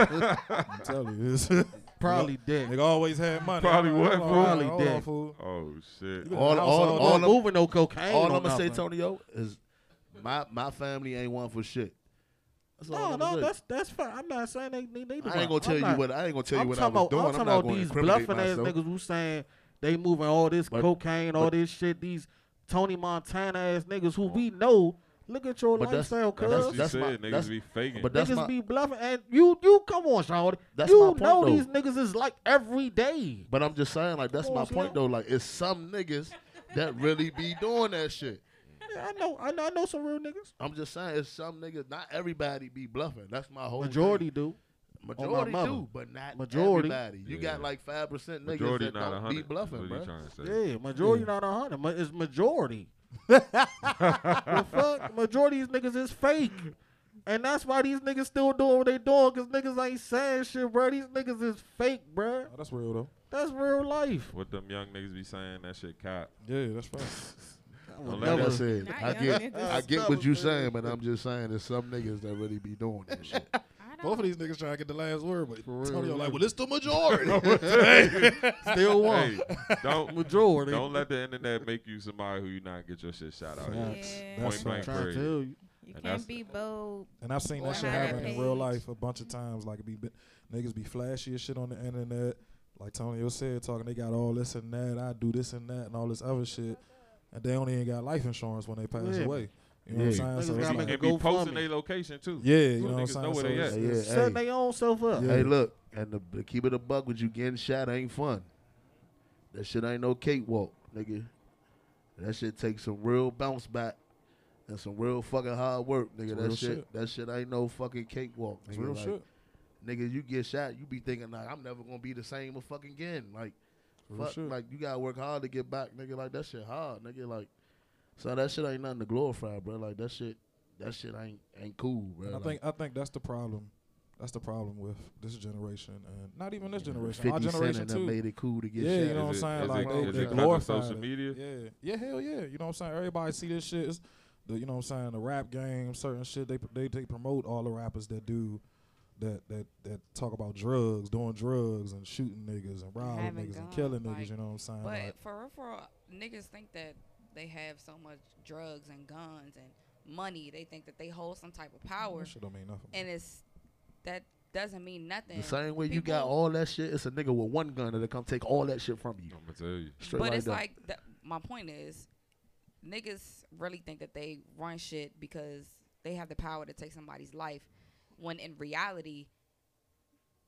K: I'm telling you, this
F: Probably dick.
K: They always had money.
E: Probably
K: Hold
E: what?
K: on,
E: fool?
K: hold on, hold on, fool.
E: Oh shit.
K: You All- been all- outside all all
F: them- moving no cocaine
O: All
F: no
O: I'm gonna say,
F: nothing.
O: Tonyo, is my my family ain't one for shit. That's all
F: No,
O: I'm
F: no,
O: gonna say.
F: that's that's fine. I'm not saying they need. They
O: I ain't gonna tell you what- I ain't gonna tell you
F: I'm
O: what I
F: talking
O: was
F: about,
O: doing.
F: I'm
O: I'm
F: talking
O: not
F: about
O: gonna
F: these
O: incriminate
F: bluffing ass
O: myself.
F: niggas who saying they moving all this
O: But-
F: cocaine, all
O: but-
F: this shit. These Tony Montana ass niggas who we know. Look at your
O: But that's-
F: lifestyle,
O: but that's-
F: cuz.
O: that's
E: Said
O: my-
E: niggas
O: that's-
E: be faking.
O: but that's
F: niggas
O: my-
F: be bluffing, and you you come on, Sean.
O: That's
F: you
O: my point,
F: know
O: though.
F: these niggas is like every day.
O: But I'm just saying, like, that's
F: Come
O: my
F: on,
O: point though. Like, it's some niggas that really be doing that shit.
F: Yeah, I know, I know, I know some real niggas.
O: I'm just saying, it's some niggas. Not everybody be bluffing. That's my whole
F: Majority
O: thing.
F: do. On my
O: Majority
F: mother.
O: do, but not
F: Majority.
O: everybody. You got like five percent niggas
E: Majority
O: that
E: not
O: don't
E: 100,
O: be
E: is
O: bluffing,
E: what he
O: bro.
E: trying to say.
F: Yeah, majority not a hundred. ma- It's majority. the fuck, majority of these niggas is fake, and that's why these niggas still doing what they doing. Cause niggas ain't saying shit, bro. These niggas is fake, bro.
K: Oh, That's real though.
F: That's real life.
E: What them young niggas be saying, that shit cop.
K: Yeah, that's right.
E: Don't
O: Like
E: let
O: I
E: that-
O: said, I get, I get what you saying, but I'm just saying there's some niggas that really be doing that shit.
K: Both of these niggas trying to get the last word, but Antonio like,
O: real.
K: well, it's the majority.
O: Still
E: Hey,
O: won.
E: don't
F: Majority.
E: Don't let the internet make you somebody who you not get your shit shot out.
K: Facts. Yeah.
E: here.
K: That's
E: Point
K: what I'm
E: blank
K: trying to
E: period.
K: tell you.
G: You
E: And that's-
G: can't be bold.
K: And I've seen
G: or
K: that shit
G: high
K: happen in real
G: paid.
K: life a bunch of times. Like it be bi- niggas be flashy as shit on the internet. Like Tony said, talking they got all this and that. I do this and that and all this other shit, and they only ain't got life insurance when they pass
E: Yeah.
K: away. You know what I'm saying? So it's like-
E: and be posting their location too.
K: Yeah, you
E: So
K: know what I'm
E: niggas
K: saying?
E: Know where they at.
K: So
O: Yeah,
F: Setting
O: hey.
F: their own self up.
O: Hey, look, and the, the keep it a buck with you getting shot ain't fun. That shit ain't no cakewalk, nigga. That shit takes some real bounce back and some real fucking hard work, nigga.
K: It's
O: That
K: real
O: shit,
K: shit.
O: that shit ain't no fucking cakewalk, nigga.
K: It's real
O: Like,
K: shit.
O: Nigga, you get shot, you be thinking like, I'm never gonna be the same a fucking again. Like,
K: Real
O: fuck,
K: shit.
O: like you gotta work hard to get back, nigga. Like that shit hard, nigga. Like, so that shit ain't nothing to glorify, bro. Like that shit, that shit ain't ain't cool, bro.
K: And I
O: Like,
K: think I think that's the problem. That's the problem with this generation, and not even this
O: Yeah,
K: generation. Our
O: 50 Cent
K: generation
O: and them
K: too.
O: made it cool to get
K: yeah,
O: shot.
K: you know what I'm
O: Is
K: saying?
O: it-
K: like
O: is it-
K: they,
O: is
K: they
O: it 'cause of
K: glorified
E: social
K: it.
E: media?
K: Yeah, yeah, hell yeah. You know what I'm saying? Everybody see this shit. It's the you know what I'm saying? The rap game, certain shit. They they they promote all the rappers that do. That, that that talk about drugs, doing drugs and shooting niggas and robbing
N: Having
K: niggas and
N: guns,
K: killing
N: like-
K: niggas, you know what I'm saying?
N: But
K: Like,
N: for real, for real, niggas think that they have so much drugs and guns and money. They think that they hold some type of power.
K: That shit don't mean nothing.
N: And it's that doesn't mean nothing.
O: The same way you got all that shit, it's a nigga with one gun that'll come take all that shit from you.
E: I'm gonna tell you.
O: Straight
N: but
O: like
N: it's
O: that.
N: like th- my point is, niggas really think that they run shit because they have the power to take somebody's life, when in reality,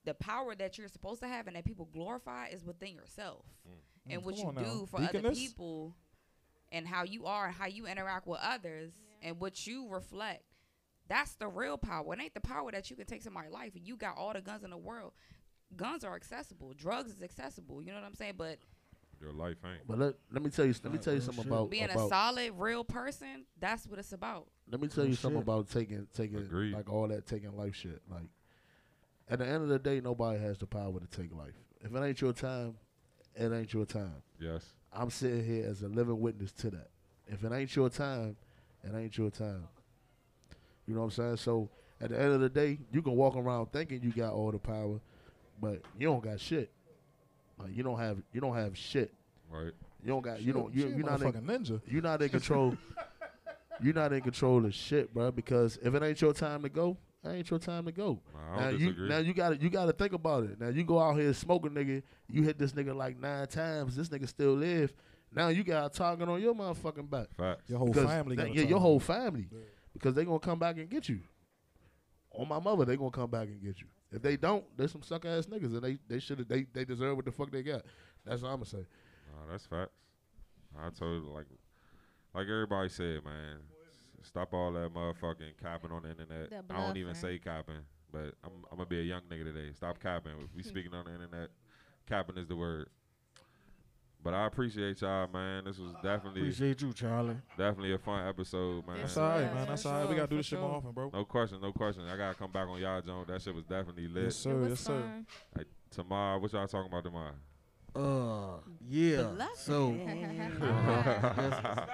N: the power that you're supposed to have and that people glorify is within yourself,
G: Mm.
N: and
G: Mm,
N: what
G: come
N: you
G: on now,
N: do for other
G: deaconess.
N: people, and how you are and how you interact with others, and what you reflect. That's the real power. It ain't the power that you can take somebody's life. You got all the guns in the world. Guns are accessible. Drugs is accessible. You know what I'm saying? But
E: Your life ain't.
O: But let, let me tell you, let me
E: Right,
O: tell you
E: real
O: something
E: shit.
O: about
N: being a
O: about-
N: solid real person that's what it's about
O: Let me
K: Oh,
O: tell you
E: Real
O: something
E: shit.
O: about taking taking like all that taking life shit. Like at the end of the day, nobody has the power to take life. If it ain't your time, it ain't your time.
E: Yes.
O: I'm sitting here as a living witness to that. If it ain't your time, it ain't your time. You know what I'm saying? So at the end of the day, you can walk around thinking you got all the power, but you don't got shit. Like you don't have you don't have shit.
E: Right.
O: You don't got you
K: Shit,
O: don't you
K: shit,
O: you're not in,
K: motherfucking ninja.
O: You're not in control. you're not in control of shit, bro. Because if it ain't your time to go, it ain't your time to go.
E: Nah, I don't
O: now you
E: disagree.
O: now you gotta you gotta think about it. Now you go out here smoking nigga, you hit this nigga like nine times, this nigga still live. Now you got a target on your motherfucking back.
E: Facts.
K: Your whole
O: Because
K: family
O: that-
K: got a
O: yeah, your
K: target.
O: whole family. Because they gonna come back and get you. On my mother, they gonna come back and get you. If they don't, they some suck ass niggas and they they should they they deserve what the fuck they got. That's what I'm gonna say.
E: Nah, that's facts. I told you, like, like everybody said, man, s- stop all that motherfucking copping on the internet.
G: The
E: I don't even
G: bluffing.
E: say copping, but I'm I'm gonna be a young nigga today. Stop copping. We- We speaking on the internet. Copping is the word. But I appreciate y'all, man. This was definitely
F: Appreciate you, Charlie.
E: Definitely a fun episode, man.
K: That's all right, man. That's all right. We gotta do this shit more often, bro.
E: No question, no question. I gotta come back on y'all, Jones. That shit was definitely lit.
K: Yes, sir. It was Yes, sir. fun.
E: Like, tomorrow, what y'all talking about tomorrow?
F: Uh, yeah. So, yes,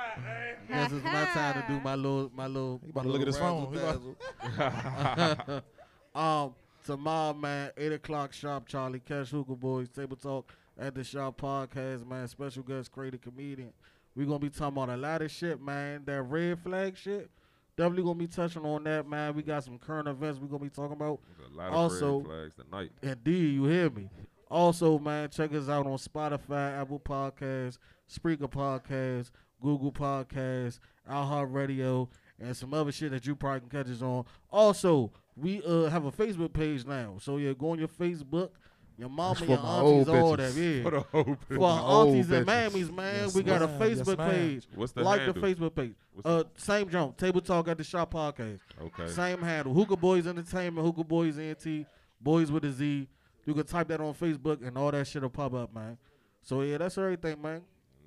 F: yes, it's my time to do my little, my little.
K: about to look at his phone. He about-
F: um, tomorrow, man, eight o'clock sharp. Charlie Cash Hooker Boys Table Talk at the Shop Podcast, man. Special guest, creative comedian. We gonna be talking about a lot of shit, man. That red flag shit. Definitely gonna be touching on that, man. We got some current events we gonna be talking about.
E: A lot of
F: also,
E: red flags tonight.
F: Indeed, you hear me. Also, man, check us out on Spotify, Apple Podcasts, Spreaker Podcasts, Google Podcasts, iHeartRadio, Radio, and some other shit that you probably can catch us on. Also, we uh, have a Facebook page now. So yeah, go on your Facebook. Your mama,
O: for
F: your
O: my old
F: aunties, all
O: bitches.
F: that, yeah.
O: For the old bitches.
F: For our
O: My old
F: aunties and
O: bitches.
F: mammies, man,
O: Yes,
F: we got a
O: ma'am. Yes,
F: Facebook
O: ma'am.
F: page.
E: What's the
F: like
E: handle?
F: the Facebook page?
E: What's the-
F: Uh, same jump. Table talk at the shop podcast.
E: Okay.
F: Same handle. Hookah Boys Entertainment, Hookah Boys NT, Boys with a Z. You can type that on Facebook and all that shit will pop up, man. So yeah, that's everything, man.
E: And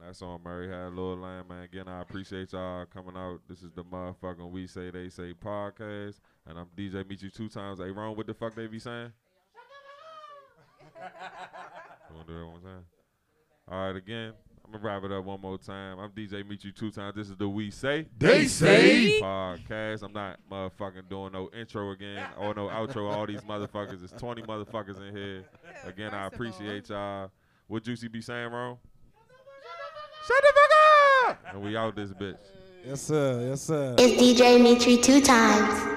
E: that's on Murray Had Lord Line, man. Again, I appreciate y'all coming out. This is the motherfucking We Say They Say podcast. And I'm DJ Meet You two times. Hey, wrong what the fuck they be saying? You want to do that one more time? All right, again. I'm gonna wrap it up one more time. I'm DJ Meet You two times. This is the We Say
M: They Say.
E: podcast. I'm not motherfucking doing no intro again or no outro. All these motherfuckers. There's 20 motherfuckers in here. Again, I appreciate y'all. What Juicy be saying wrong? Shut the fuck up! And we out this bitch.
K: Yes, sir. Yes, sir.
A: It's DJ Mitri two times.